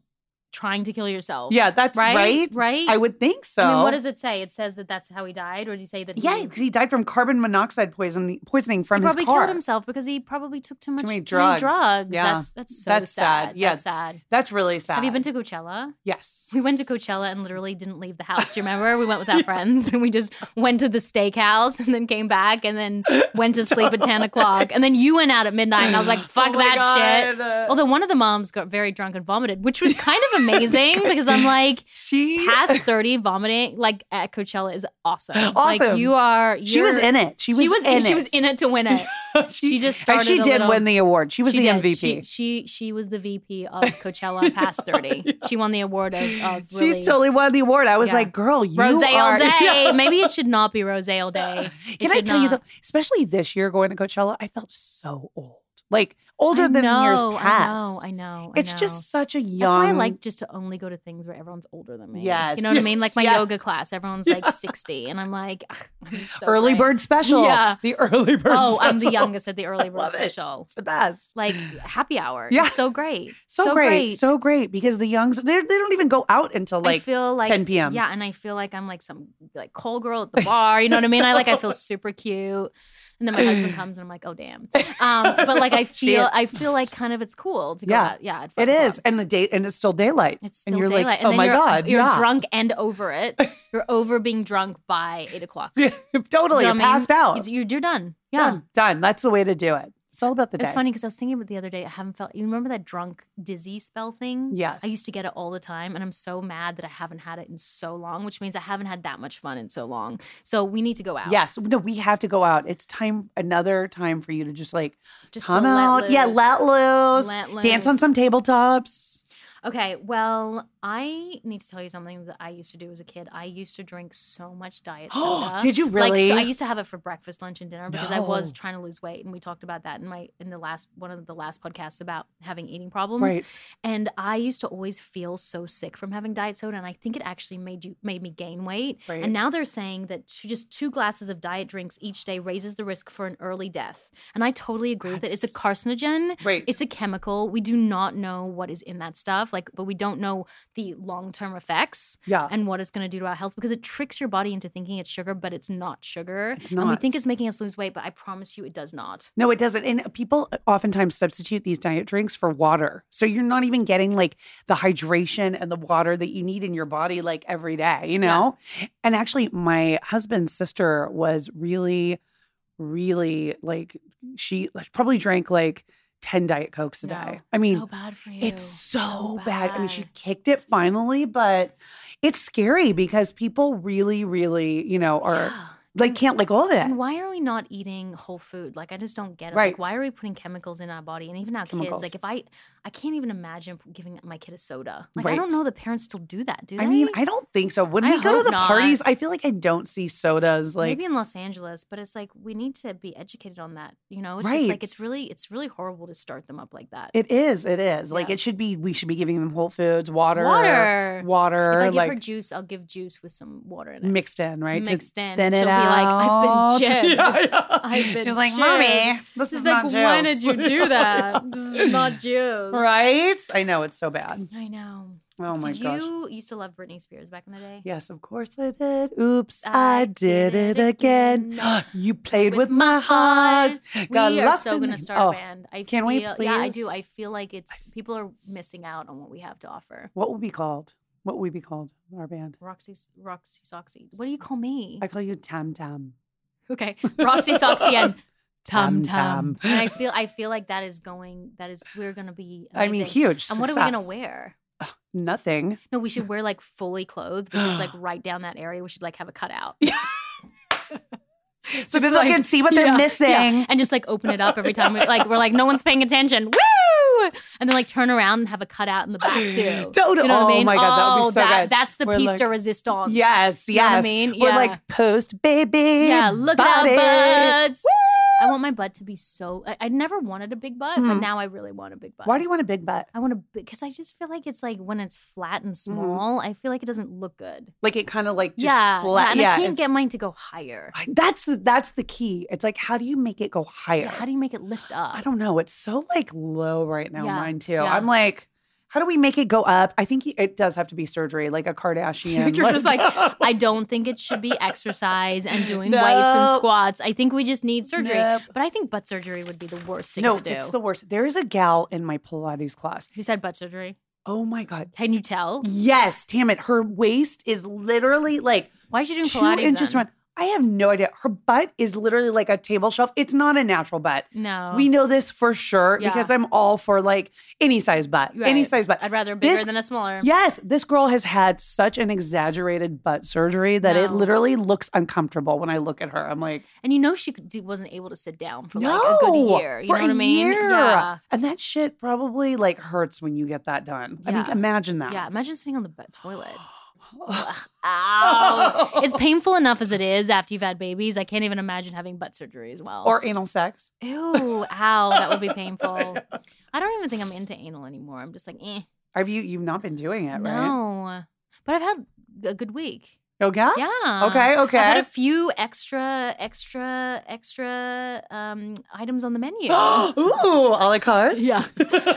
Speaker 2: trying to kill yourself.
Speaker 3: yeah, that's
Speaker 2: Right.
Speaker 3: right.
Speaker 2: Right.
Speaker 3: I would think so.
Speaker 2: I mean, what does it say? It says that that's how he died, or did he say that? He,
Speaker 3: Yeah, 'cause he died from carbon monoxide poison poisoning
Speaker 2: he
Speaker 3: from his
Speaker 2: probably
Speaker 3: car.
Speaker 2: killed himself because he probably took too much
Speaker 3: many
Speaker 2: too many
Speaker 3: drugs.
Speaker 2: drugs.
Speaker 3: Yeah.
Speaker 2: That's that's so
Speaker 3: That's sad.
Speaker 2: sad.
Speaker 3: Yeah.
Speaker 2: That's sad.
Speaker 3: That's really sad.
Speaker 2: Have you been to Coachella?
Speaker 3: Yes.
Speaker 2: We went to Coachella and literally didn't leave the house. Do you remember? We went with our friends and we just went to the steakhouse and then came back and then went to sleep at 10 o'clock. And then you went out at midnight and I was
Speaker 3: Oh
Speaker 2: like, fuck that shit. Although one of the moms got very drunk and vomited, which was kind of amazing because I'm like,
Speaker 3: she
Speaker 2: past 30 vomiting, like at Coachella is awesome. Like
Speaker 3: Awesome.
Speaker 2: you are,
Speaker 3: she was
Speaker 2: you're-
Speaker 3: in it. She was,
Speaker 2: she was,
Speaker 3: in it.
Speaker 2: she was in it to win it. She, just started.
Speaker 3: and she
Speaker 2: a
Speaker 3: did
Speaker 2: little-
Speaker 3: win the award. She was
Speaker 2: she
Speaker 3: the
Speaker 2: did.
Speaker 3: MVP.
Speaker 2: She, she she was the VP of Coachella past thirty. She won the award of, of
Speaker 3: She
Speaker 2: Oh, really
Speaker 3: totally won the award. I was
Speaker 2: Yeah.
Speaker 3: like, girl, you
Speaker 2: Rose all
Speaker 3: are-
Speaker 2: day. Maybe it should not be Rose all day. It
Speaker 3: Can I
Speaker 2: should
Speaker 3: tell you
Speaker 2: not.
Speaker 3: though, especially this year going to Coachella, I felt so old. Like older
Speaker 2: I
Speaker 3: than
Speaker 2: know, I
Speaker 3: years
Speaker 2: know.
Speaker 3: past.
Speaker 2: I know. I
Speaker 3: it's
Speaker 2: know.
Speaker 3: just such a young
Speaker 2: That's why I like just to only go to things where everyone's older than me.
Speaker 3: Yes,
Speaker 2: you know what I mean. Like
Speaker 3: yes,
Speaker 2: my
Speaker 3: yes.
Speaker 2: yoga class, everyone's like sixty, and I'm like, "Ugh, I'm so
Speaker 3: early
Speaker 2: gray."
Speaker 3: bird special.
Speaker 2: Yeah.
Speaker 3: The early bird
Speaker 2: Oh, I'm the
Speaker 3: special.
Speaker 2: youngest at the early bird
Speaker 3: Love it.
Speaker 2: special.
Speaker 3: It's the best.
Speaker 2: Like happy hour.
Speaker 3: Yeah.
Speaker 2: It's so great.
Speaker 3: So, great. So great because the youngs they they don't even go out until
Speaker 2: I
Speaker 3: like
Speaker 2: feel like
Speaker 3: 10 p.m..
Speaker 2: Yeah, and I feel like I'm like some like cold girl at the bar. You know what I mean? I like I feel super cute, and then my husband comes and I'm like, oh damn. Um, but like I feel
Speaker 3: Shit.
Speaker 2: I feel like kind of it's cool to go
Speaker 3: Yeah.
Speaker 2: out. Yeah, at five
Speaker 3: it is.
Speaker 2: o'clock.
Speaker 3: And the day and it's still daylight.
Speaker 2: It's still
Speaker 3: and you're
Speaker 2: daylight.
Speaker 3: like,
Speaker 2: and
Speaker 3: oh
Speaker 2: then
Speaker 3: my
Speaker 2: you're, uh,
Speaker 3: God.
Speaker 2: you're
Speaker 3: yeah.
Speaker 2: drunk and over it. You're over being drunk by eight o'clock. You
Speaker 3: totally.
Speaker 2: know what
Speaker 3: You're
Speaker 2: I mean?
Speaker 3: passed out.
Speaker 2: It's- You're, you're done. Yeah.
Speaker 3: Done. Done. That's the way to do it. It's all about the day.
Speaker 2: It's funny because I was thinking about the other day. I haven't felt. You remember that drunk dizzy spell thing?
Speaker 3: Yes.
Speaker 2: I used to get it all the time, and I'm so mad that I haven't had it in so long, which means I haven't had that much fun in so long. So we need to go out.
Speaker 3: Yes. No, we have to go out. It's time another time for you to just like
Speaker 2: just to
Speaker 3: come
Speaker 2: let
Speaker 3: out. Yeah,
Speaker 2: loose.
Speaker 3: let loose.
Speaker 2: Let
Speaker 3: Dance on
Speaker 2: loose.
Speaker 3: some tabletops.
Speaker 2: Okay, well, I need to tell you something that I used to do as a kid. I used to drink so much diet soda.
Speaker 3: Did you
Speaker 2: Like,
Speaker 3: really?
Speaker 2: so I used to have it for breakfast, lunch, and dinner because I was
Speaker 3: No.
Speaker 2: trying to lose weight, and we talked about that in my in the last one of the last podcasts about having eating problems.
Speaker 3: right.
Speaker 2: And I used to always feel so sick from having diet soda, and I think it actually made you made me gain weight.
Speaker 3: Right.
Speaker 2: And now they're saying that two, just two glasses of diet drinks each day raises the risk for an early death. And I totally agree with it. It's a carcinogen.
Speaker 3: Right.
Speaker 2: It's a chemical. We do not know what is in that stuff, like, but we don't know the long term effects
Speaker 3: yeah.
Speaker 2: and what it's going to do to our health because it tricks your body into thinking it's sugar, but it's not sugar.
Speaker 3: It's
Speaker 2: And we
Speaker 3: not.
Speaker 2: think it's making us lose weight, but I promise you, it does not.
Speaker 3: No, it doesn't. And people oftentimes substitute these diet drinks for water. So you're not even getting like the hydration and the water that you need in your body like every day, you know? And actually, my husband's sister was really, really like, she probably drank like 10 Diet Cokes a
Speaker 2: No,
Speaker 3: day. I mean,
Speaker 2: so bad for you.
Speaker 3: it's so, bad. I mean, she kicked it finally, but it's scary because people really, really, you know, are
Speaker 2: Yeah.
Speaker 3: like, can't let go of it.
Speaker 2: And why are we not eating whole food? Like I just don't get it.
Speaker 3: Right.
Speaker 2: Like why are we putting chemicals in our body and even our kids?
Speaker 3: Chemicals.
Speaker 2: Like if I I can't even imagine giving my kid a soda. Like I
Speaker 3: Right.
Speaker 2: don't know that parents still do that, do they?
Speaker 3: I mean, I don't think so. When
Speaker 2: I
Speaker 3: we go to
Speaker 2: hope
Speaker 3: the
Speaker 2: not.
Speaker 3: parties, I feel like I don't see sodas. Like,
Speaker 2: maybe in Los Angeles, but it's like we need to be educated on that. You know, it's just
Speaker 3: Right.
Speaker 2: like it's really it's really horrible to start them up like that.
Speaker 3: it is, it is. Like,
Speaker 2: Yeah.
Speaker 3: it should be, we should be giving them Whole Foods, water,
Speaker 2: Water.
Speaker 3: water,
Speaker 2: if I give her
Speaker 3: like
Speaker 2: juice, I'll give juice with some water in it.
Speaker 3: mixed in, right? To
Speaker 2: Mixed in.
Speaker 3: Thin
Speaker 2: She'll
Speaker 3: it
Speaker 2: be like,
Speaker 3: out.
Speaker 2: I've been gypped.
Speaker 3: Yeah, yeah.
Speaker 2: I've been
Speaker 3: She's like,
Speaker 2: gypped.
Speaker 3: mommy, this
Speaker 2: This
Speaker 3: is
Speaker 2: is
Speaker 3: not
Speaker 2: like, why
Speaker 3: juice."
Speaker 2: did you do that? This is not juice.
Speaker 3: Right? I know it's so bad.
Speaker 2: I know.
Speaker 3: Oh my
Speaker 2: did
Speaker 3: gosh.
Speaker 2: you used to love Britney Spears back in the day?
Speaker 3: Yes, of course I did. Oops, I,
Speaker 2: I
Speaker 3: did,
Speaker 2: did
Speaker 3: it
Speaker 2: it
Speaker 3: again.
Speaker 2: again.
Speaker 3: you played with,
Speaker 2: With
Speaker 3: my heart.
Speaker 2: We
Speaker 3: Got
Speaker 2: are
Speaker 3: lost
Speaker 2: so
Speaker 3: in
Speaker 2: gonna
Speaker 3: the-
Speaker 2: start
Speaker 3: Oh,
Speaker 2: a band. I
Speaker 3: Can we
Speaker 2: feel, Yeah, I do.
Speaker 3: please?
Speaker 2: I feel like it's people are missing out on what we have to offer.
Speaker 3: What will be called? What will we be called? Our band.
Speaker 2: Roxy, Roxy, Soxy. What do you call me?
Speaker 3: I call you Tam Tam.
Speaker 2: okay, Roxy, Soxy, and Tum
Speaker 3: Tum
Speaker 2: Tum.
Speaker 3: Tum.
Speaker 2: And I feel, I feel like that is going. That is, we're gonna be.
Speaker 3: I mean,
Speaker 2: amazing.
Speaker 3: huge.
Speaker 2: And what are we gonna
Speaker 3: success.
Speaker 2: wear?
Speaker 3: Nothing.
Speaker 2: No, we should wear like fully clothed, but just like right down that area. We should like have a cutout.
Speaker 3: So
Speaker 2: Just
Speaker 3: people
Speaker 2: like-
Speaker 3: can see what they're
Speaker 2: Yeah,
Speaker 3: missing.
Speaker 2: yeah. and just like open it up every time. We, like we're like, no one's paying attention. Woo! And then like turn around and have a cutout in the back too.
Speaker 3: Totally.
Speaker 2: You know
Speaker 3: oh
Speaker 2: what I mean?
Speaker 3: my god, that would be
Speaker 2: Oh,
Speaker 3: so
Speaker 2: that-
Speaker 3: good.
Speaker 2: That's the
Speaker 3: We're
Speaker 2: piece
Speaker 3: like-
Speaker 2: de resistance.
Speaker 3: Yes, yes.
Speaker 2: You know what I mean?
Speaker 3: We're
Speaker 2: Yeah.
Speaker 3: like post baby.
Speaker 2: Yeah, look
Speaker 3: body.
Speaker 2: at our butts.
Speaker 3: Woo!
Speaker 2: I want my butt to be so. I, I never wanted a big butt,
Speaker 3: Mhm.
Speaker 2: but now I really want a big butt.
Speaker 3: Why do you want a big butt?
Speaker 2: I want a big because I just feel like it's like when it's flat and small, I feel like it doesn't look good.
Speaker 3: Like it kind of like Mm-hmm. just
Speaker 2: yeah, yeah,
Speaker 3: flat.
Speaker 2: and I can't
Speaker 3: it's-
Speaker 2: get mine to go higher.
Speaker 3: I- That's the that's the key. It's like how do you make it go higher?
Speaker 2: Yeah, how do you make it lift up?
Speaker 3: I don't know. It's so like low right now,
Speaker 2: Yeah,
Speaker 3: mine too.
Speaker 2: yeah.
Speaker 3: I'm like, how do we make it go up? I think it does have to be surgery, like a Kardashian.
Speaker 2: You're just like, I don't think it should be exercise and doing weights
Speaker 3: No.
Speaker 2: and squats. I think we just need surgery.
Speaker 3: Nope.
Speaker 2: But I think butt surgery would be the worst thing
Speaker 3: no,
Speaker 2: to do.
Speaker 3: it's the worst. There is a gal in my Pilates class.
Speaker 2: Who said butt surgery?
Speaker 3: Oh my god.
Speaker 2: Can you tell?
Speaker 3: Yes, damn it. Her waist is literally like
Speaker 2: Why is she doing
Speaker 3: two
Speaker 2: Pilates?
Speaker 3: inches
Speaker 2: then?
Speaker 3: round. I have no idea. Her butt is literally like a table shelf. It's not a natural butt.
Speaker 2: No.
Speaker 3: We know this for sure
Speaker 2: Oh. Yeah.
Speaker 3: because I'm all for like any size butt, any
Speaker 2: Right.
Speaker 3: size butt.
Speaker 2: I'd rather bigger
Speaker 3: This-
Speaker 2: than a smaller.
Speaker 3: Yes, this girl has had such an exaggerated butt surgery that it
Speaker 2: No.
Speaker 3: literally looks uncomfortable when I look at her. I'm like,
Speaker 2: And you know she could, d- wasn't able to sit down for
Speaker 3: no,
Speaker 2: like a good year. You
Speaker 3: for
Speaker 2: know
Speaker 3: a
Speaker 2: what I mean?
Speaker 3: year.
Speaker 2: Yeah.
Speaker 3: And that shit probably like hurts when you get that done. I mean,
Speaker 2: Yeah.
Speaker 3: imagine that.
Speaker 2: Yeah. Imagine sitting on the butt toilet. Ugh. Ow. It's painful enough as it is after you've had babies. I can't even imagine having butt surgery as well.
Speaker 3: or anal sex.
Speaker 2: Ew, ow, that would be painful. I don't even think I'm into anal anymore. I'm just like, eh,
Speaker 3: Have you? You've not been doing it, right?
Speaker 2: no. But I've had a good week.
Speaker 3: Okay.
Speaker 2: Yeah.
Speaker 3: Okay. Okay.
Speaker 2: I've had a few extra, extra, extra um, items on the menu.
Speaker 3: Ooh, a la carte.
Speaker 2: yeah.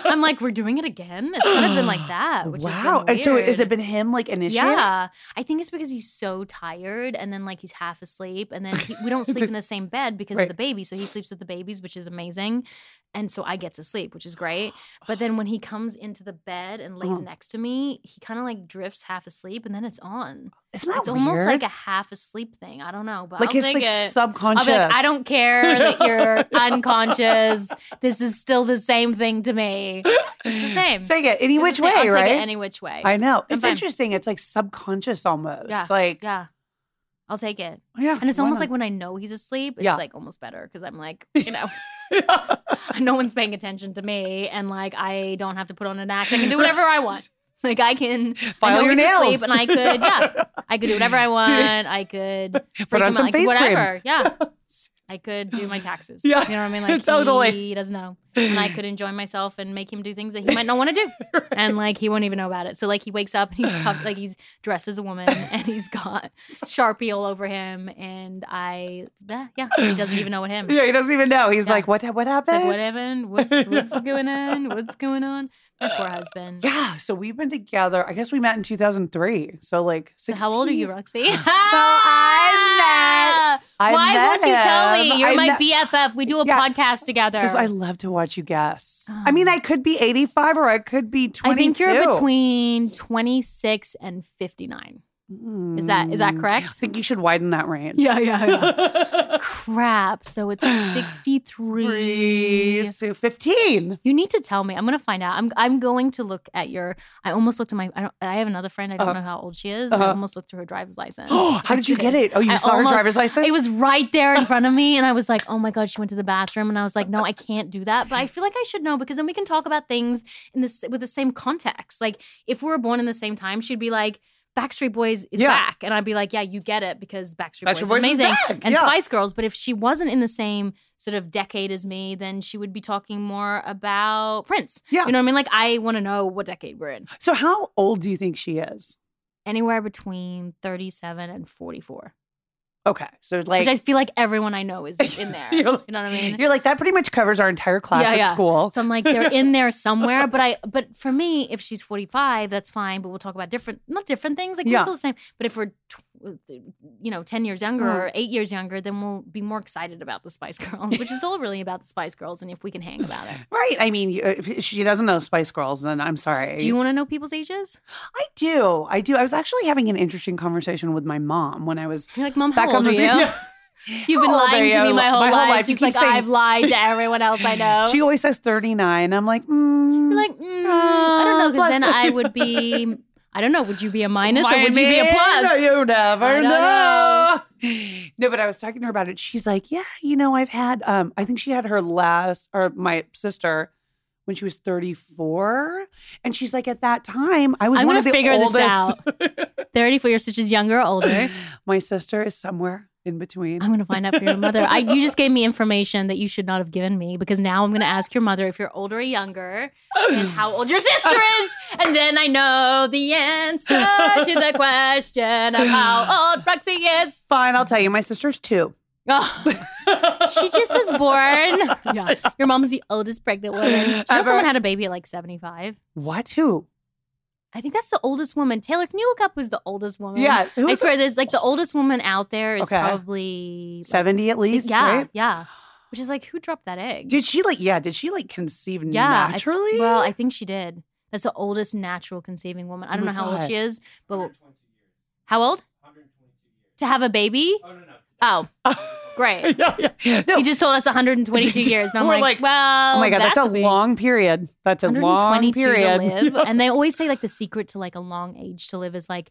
Speaker 2: I'm like, we're doing it again. It's kind of been like that, which is
Speaker 3: wow. And so, has
Speaker 2: weird.
Speaker 3: it been him like initiating?
Speaker 2: Yeah, I think it's because he's so tired, and then like he's half asleep, and then he, we don't sleep
Speaker 3: Just-
Speaker 2: in the same bed because
Speaker 3: right.
Speaker 2: of the baby. So he sleeps with the babies, which is amazing, and so I get to sleep, which is great. But then when he comes into the bed and lays
Speaker 3: Uh-huh.
Speaker 2: next to me, he kind of like drifts half asleep, and then it's on.
Speaker 3: Isn't that
Speaker 2: it's almost
Speaker 3: weird?
Speaker 2: like a half asleep thing. I don't know, but
Speaker 3: like
Speaker 2: I'll
Speaker 3: his
Speaker 2: take
Speaker 3: like
Speaker 2: it. I'll
Speaker 3: subconscious.
Speaker 2: be like, I don't care that you're unconscious. This is still the same thing to me. It's the same.
Speaker 3: Take it any
Speaker 2: It's the
Speaker 3: which
Speaker 2: same.
Speaker 3: way,
Speaker 2: I'll take it
Speaker 3: right?
Speaker 2: any which way.
Speaker 3: I know.
Speaker 2: I'm
Speaker 3: It's
Speaker 2: fine.
Speaker 3: interesting. It's like subconscious almost. Like yeah.
Speaker 2: Yeah. I'll take it. And it's almost like when I know he's asleep, it's
Speaker 3: Yeah.
Speaker 2: like almost better because I'm like, you know, no one's paying attention to me and like I don't have to put on an act. I can do whatever I want. Like I can I
Speaker 3: file
Speaker 2: know
Speaker 3: your
Speaker 2: he's
Speaker 3: nails.
Speaker 2: asleep and I could, yeah, I could do whatever I want. I could
Speaker 3: Put
Speaker 2: freak
Speaker 3: on
Speaker 2: him
Speaker 3: some
Speaker 2: out. I could
Speaker 3: face cream.
Speaker 2: whatever. Yeah. I could do my taxes.
Speaker 3: Yeah.
Speaker 2: You know what I mean? Like
Speaker 3: Totally.
Speaker 2: he doesn't know. And I could enjoy myself and make him do things that he might not want to do. And like he won't even know about it. So like he wakes up and he's cuff- like he's dressed as a woman and he's got Sharpie all over him and I yeah, yeah, he doesn't even know what him.
Speaker 3: Yeah, he doesn't even know. He's
Speaker 2: Yeah.
Speaker 3: like, what? What
Speaker 2: It's
Speaker 3: happened?
Speaker 2: like what happened? What, what's going on? What's going on? My poor husband.
Speaker 3: Yeah. So we've been together. I guess we met in 2003. So like, 16.
Speaker 2: So how old are you, Roxy? so
Speaker 3: I I
Speaker 2: Why
Speaker 3: met
Speaker 2: won't you tell
Speaker 3: him.
Speaker 2: me? You're
Speaker 3: I
Speaker 2: my
Speaker 3: met-
Speaker 2: BFF. We do a
Speaker 3: Yeah.
Speaker 2: podcast together.
Speaker 3: Because I love to watch you guess. I mean,
Speaker 2: Oh.
Speaker 3: I could be 85 or I could be 22.
Speaker 2: I think you're between 26 and 59. Is that is that
Speaker 3: Mm, I
Speaker 2: correct?
Speaker 3: think you should widen that range.
Speaker 1: Yeah, yeah, yeah.
Speaker 2: Crap. So it's 63.
Speaker 3: Three to 15.
Speaker 2: You need to tell me. I'm gonna find out. I'm I'm going to look at your. I almost looked at my. I don't. I have another friend. I don't
Speaker 3: Uh-huh.
Speaker 2: know how old she is. I
Speaker 3: Uh-huh.
Speaker 2: almost looked through her driver's license.
Speaker 3: Oh, how did you get it? Oh, you
Speaker 2: I
Speaker 3: saw
Speaker 2: almost-
Speaker 3: her driver's license?
Speaker 2: It was right there in front of me, and I was like, "Oh my god!" She went to the bathroom, and I was like, "No, I can't do that." But I feel like I should know because then we can talk about things in this with the same context. Like if we were born in the same time, she'd be like, "Backstreet Boys is
Speaker 3: Yeah.
Speaker 2: back," and I'd be like, "Yeah, you get it because Backstreet,
Speaker 3: Backstreet
Speaker 2: Boys,
Speaker 3: Boys is
Speaker 2: is amazing
Speaker 3: back,
Speaker 2: and
Speaker 3: yeah.
Speaker 2: Spice Girls." But if she wasn't in the same sort of decade as me, then she would be talking more about Prince.
Speaker 3: Yeah.
Speaker 2: you know what I mean? Like I want to know what decade we're in.
Speaker 3: so how old do you think she is?
Speaker 2: Anywhere between thirty-seven and forty-four,
Speaker 3: Okay. So like
Speaker 2: which I feel like everyone I know is in there. you
Speaker 3: You're
Speaker 2: know
Speaker 3: like-
Speaker 2: what I mean?
Speaker 3: You're like that pretty much covers our entire class
Speaker 2: Yeah,
Speaker 3: at
Speaker 2: yeah.
Speaker 3: school.
Speaker 2: So I'm like, they're in there somewhere. But I, but for me, if she's 45, that's fine. But we'll talk about different, not different things. Like
Speaker 3: Yeah.
Speaker 2: we're still the same. But if we're, tw- you know, 10 years younger
Speaker 3: Mm.
Speaker 2: or eight years younger, then we'll be more excited about the Spice Girls, which is all really about the Spice Girls and if we can hang about it.
Speaker 3: Right. I mean, you- if she doesn't know Spice Girls, then I'm sorry.
Speaker 2: Do you want to know people's ages?
Speaker 3: I do. I do. I was actually having an interesting conversation with my mom when I was
Speaker 2: You're like, Mom, how
Speaker 3: back
Speaker 2: old
Speaker 3: on
Speaker 2: are
Speaker 3: the
Speaker 2: you? You've been
Speaker 3: How old are
Speaker 2: lying to me
Speaker 3: you?
Speaker 2: my whole, life.
Speaker 3: You
Speaker 2: She's
Speaker 3: keep
Speaker 2: like,
Speaker 3: saying-
Speaker 2: I've lied to everyone else I know.
Speaker 3: She always says 39. I'm like, mm,
Speaker 2: You're like, mm, I don't know,
Speaker 3: Uh,
Speaker 2: because then
Speaker 3: plus-
Speaker 2: I would be, I don't know, would you be a minus or would you be a
Speaker 3: Minus?
Speaker 2: plus?
Speaker 3: You never
Speaker 2: I don't
Speaker 3: know. No, but I was talking to her about it. She's like, yeah, you know, I've had, um, I think she had her last, or my sister, when she was 34. And she's like, at that time, I was
Speaker 2: I'm
Speaker 3: one
Speaker 2: gonna
Speaker 3: of the
Speaker 2: figure
Speaker 3: oldest.
Speaker 2: this out. 34 years, such as younger or older.
Speaker 3: my sister is somewhere in between.
Speaker 2: I'm gonna find out for your mother. I, you just gave me information that you should not have given me because now I'm gonna ask your mother if you're older or younger and how old your sister is, and then I know the answer to the question of how old Roxy is.
Speaker 3: Fine, I'll tell you. My sister's two.
Speaker 2: Oh, she just was born. Yeah, your mom's the oldest pregnant woman. Do you know
Speaker 3: Ever.
Speaker 2: someone had a baby at like 75?
Speaker 3: What? Who?
Speaker 2: I think that's the oldest woman. Taylor, can you look up who's the oldest woman?
Speaker 3: Yeah. Who
Speaker 2: I
Speaker 3: was
Speaker 2: swear, there's like the oldest woman out there is
Speaker 3: Okay.
Speaker 2: probably like,
Speaker 3: 70 at
Speaker 2: Si-
Speaker 3: least,
Speaker 2: yeah,
Speaker 3: right?
Speaker 2: yeah. Which is like, who dropped that egg?
Speaker 3: Did she like, yeah, did she like conceive
Speaker 2: yeah, I-
Speaker 3: naturally?
Speaker 2: well, I think she did. That's the oldest natural conceiving woman. I don't
Speaker 3: Oh my
Speaker 2: know how old
Speaker 3: God.
Speaker 2: she is, but how old? To have a baby? Oh, great.
Speaker 3: yeah, yeah. No,
Speaker 2: He just told us 122 years, and I'm
Speaker 3: We're
Speaker 2: like,
Speaker 3: like,
Speaker 2: well,
Speaker 3: oh my god, that's, a,
Speaker 2: big-
Speaker 3: long period. That's a long
Speaker 2: 122
Speaker 3: period.
Speaker 2: To live. And they always say like the secret to like a long age to live is like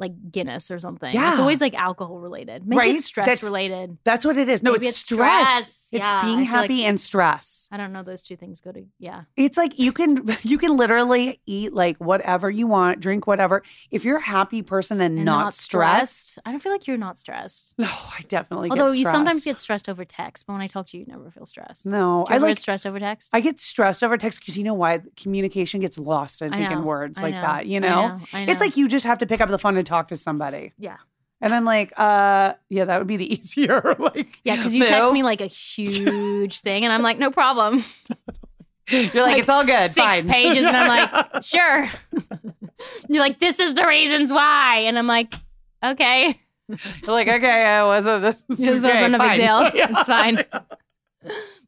Speaker 2: like Guinness or something. It's
Speaker 3: Yeah.
Speaker 2: always like alcohol related. Maybe
Speaker 3: Right?
Speaker 2: it's stress
Speaker 3: That's-
Speaker 2: related.
Speaker 3: That's what it is. No,
Speaker 2: Maybe
Speaker 3: it's,
Speaker 2: it's
Speaker 3: stress.
Speaker 2: stress.
Speaker 3: It's
Speaker 2: Yeah, I
Speaker 3: being
Speaker 2: feel like-
Speaker 3: happy and stress.
Speaker 2: I don't know. Those two things go to yeah.
Speaker 3: It's like you can you can literally eat like whatever you want, drink whatever. If you're a happy person and,
Speaker 2: And
Speaker 3: not, stressed,
Speaker 2: I don't feel like you're not stressed.
Speaker 3: no, I definitely.
Speaker 2: Although
Speaker 3: get
Speaker 2: you sometimes
Speaker 3: stressed.
Speaker 2: get stressed over text, but when I talk to you, you never feel stressed. Do
Speaker 3: no.
Speaker 2: you
Speaker 3: I
Speaker 2: ever
Speaker 3: like
Speaker 2: get stressed over text.
Speaker 3: I get stressed over text because you know why communication gets lost in
Speaker 2: I
Speaker 3: taking
Speaker 2: know,
Speaker 3: words
Speaker 2: I
Speaker 3: like
Speaker 2: know,
Speaker 3: that. You
Speaker 2: I
Speaker 3: know?
Speaker 2: I
Speaker 3: it's
Speaker 2: know.
Speaker 3: like you just have to pick up the phone and talk to somebody.
Speaker 2: yeah,
Speaker 3: And I'm like, uh, yeah, that would be the easier. like,
Speaker 2: yeah, because you text
Speaker 3: no.
Speaker 2: me like a huge thing, and I'm like, no problem.
Speaker 3: You're like,
Speaker 2: like,
Speaker 3: it's all good.
Speaker 2: six
Speaker 3: fine.
Speaker 2: pages, and I'm like, sure. You're like, this is the reasons why, and I'm like, okay,
Speaker 3: You're like, okay, I wasn't. This,
Speaker 2: this
Speaker 3: is great,
Speaker 2: wasn't a big
Speaker 3: fine.
Speaker 2: deal.
Speaker 3: Yeah.
Speaker 2: It's fine.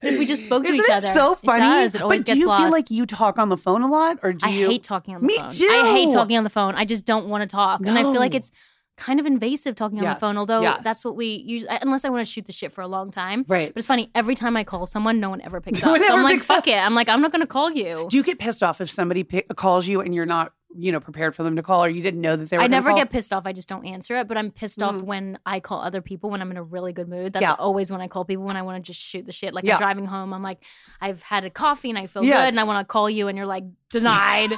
Speaker 2: If we just spoke to
Speaker 3: Isn't
Speaker 2: each
Speaker 3: it
Speaker 2: other,
Speaker 3: so funny.
Speaker 2: It does. It always
Speaker 3: but do
Speaker 2: gets
Speaker 3: you
Speaker 2: lost.
Speaker 3: feel like you talk on the phone a lot, or do
Speaker 2: I
Speaker 3: you?
Speaker 2: hate talking on the
Speaker 3: Me
Speaker 2: phone. I hate
Speaker 3: too.
Speaker 2: talking on the phone. I just don't want to talk, and I feel like
Speaker 3: No.
Speaker 2: it's kind of invasive talking on the phone.
Speaker 3: Yes,
Speaker 2: Although
Speaker 3: yes.
Speaker 2: that's what we usually, unless I want to shoot the shit for a long time.
Speaker 3: right.
Speaker 2: But it's funny. Every time I call someone, no one ever picks
Speaker 3: No
Speaker 2: up.
Speaker 3: one
Speaker 2: So I'm
Speaker 3: ever
Speaker 2: like,
Speaker 3: picks up.
Speaker 2: fuck it. I'm like, I'm not gonna call you.
Speaker 3: Do you get pissed off if somebody pi- calls you and you're not, you know, prepared for them to call, or you didn't know that they were?
Speaker 2: I
Speaker 3: gonna
Speaker 2: never
Speaker 3: call?
Speaker 2: get pissed off. I just don't answer it. But I'm pissed off
Speaker 3: Mm.
Speaker 2: when I call other people when I'm in a really good mood. That's
Speaker 3: Yeah.
Speaker 2: always when I call people when I want to just shoot the shit. Like
Speaker 3: Yeah.
Speaker 2: I'm driving home. I'm like, I've had a coffee and I feel good,
Speaker 3: Yes.
Speaker 2: and I want to call you, and you're like, denied.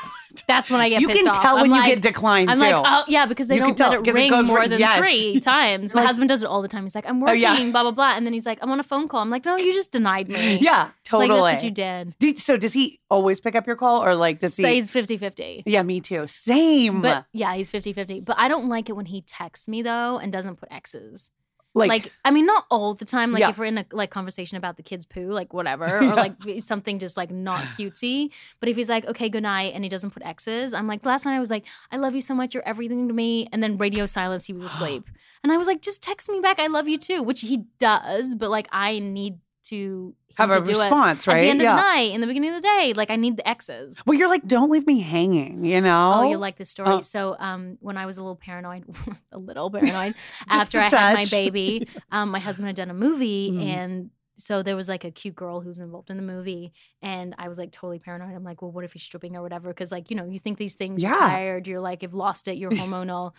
Speaker 2: That's when I get
Speaker 3: You
Speaker 2: pissed
Speaker 3: can
Speaker 2: off.
Speaker 3: tell
Speaker 2: I'm
Speaker 3: when
Speaker 2: like-
Speaker 3: you get declined
Speaker 2: I'm
Speaker 3: too.
Speaker 2: like, oh yeah, because they
Speaker 3: You can
Speaker 2: don't let
Speaker 3: tell,
Speaker 2: it
Speaker 3: 'cause it
Speaker 2: ring
Speaker 3: goes
Speaker 2: more
Speaker 3: ring-
Speaker 2: than
Speaker 3: yes.
Speaker 2: three times. My
Speaker 3: Like-
Speaker 2: husband does it all the time. He's like, I'm
Speaker 3: Oh,
Speaker 2: working,
Speaker 3: yeah.
Speaker 2: blah blah blah, and then he's like, I'm on a phone call. I'm like, no, you just denied me.
Speaker 3: yeah,
Speaker 2: like
Speaker 3: totally.
Speaker 2: that's what you did.
Speaker 3: Do- so does he always pick up your call, or like does
Speaker 2: So
Speaker 3: he? Mm,
Speaker 2: he's 50-50.
Speaker 3: Yeah, me too. Same.
Speaker 2: But yeah, he's 50-50. But I don't like it when he texts me though and doesn't put X's.
Speaker 3: like,
Speaker 2: Like, I mean, not all the time. Like
Speaker 3: Yeah.
Speaker 2: if we're in a like conversation about the kids' poo, like whatever,
Speaker 3: Yeah.
Speaker 2: or like something just like not cutesy. But if he's like, okay, good night, and he doesn't put X's, I'm like, last night I was like, I love you so much, you're everything to me. And then radio silence, he was asleep. And I was like, just text me back, I love you too, which he does, but like I need to
Speaker 3: have
Speaker 2: to
Speaker 3: a
Speaker 2: do
Speaker 3: response,
Speaker 2: it at
Speaker 3: right?
Speaker 2: the end
Speaker 3: yeah.
Speaker 2: of the night, in the beginning of the day. Like I need the X's.
Speaker 3: well, you're like, don't leave me hanging, you know?
Speaker 2: Oh, you like this story.
Speaker 3: Oh.
Speaker 2: So, um, when I was a little paranoid, a little paranoid,
Speaker 3: Just
Speaker 2: after
Speaker 3: a
Speaker 2: I had my
Speaker 3: touch.
Speaker 2: baby, um, my husband had done a movie,
Speaker 3: Mm.
Speaker 2: and so there was like a cute girl who was involved in the movie, and I was like totally paranoid. I'm like, well, what if he's stripping or whatever? Because like you know, you think these things. You're
Speaker 3: Yeah.
Speaker 2: tired. You're like, you've lost it. You're hormonal.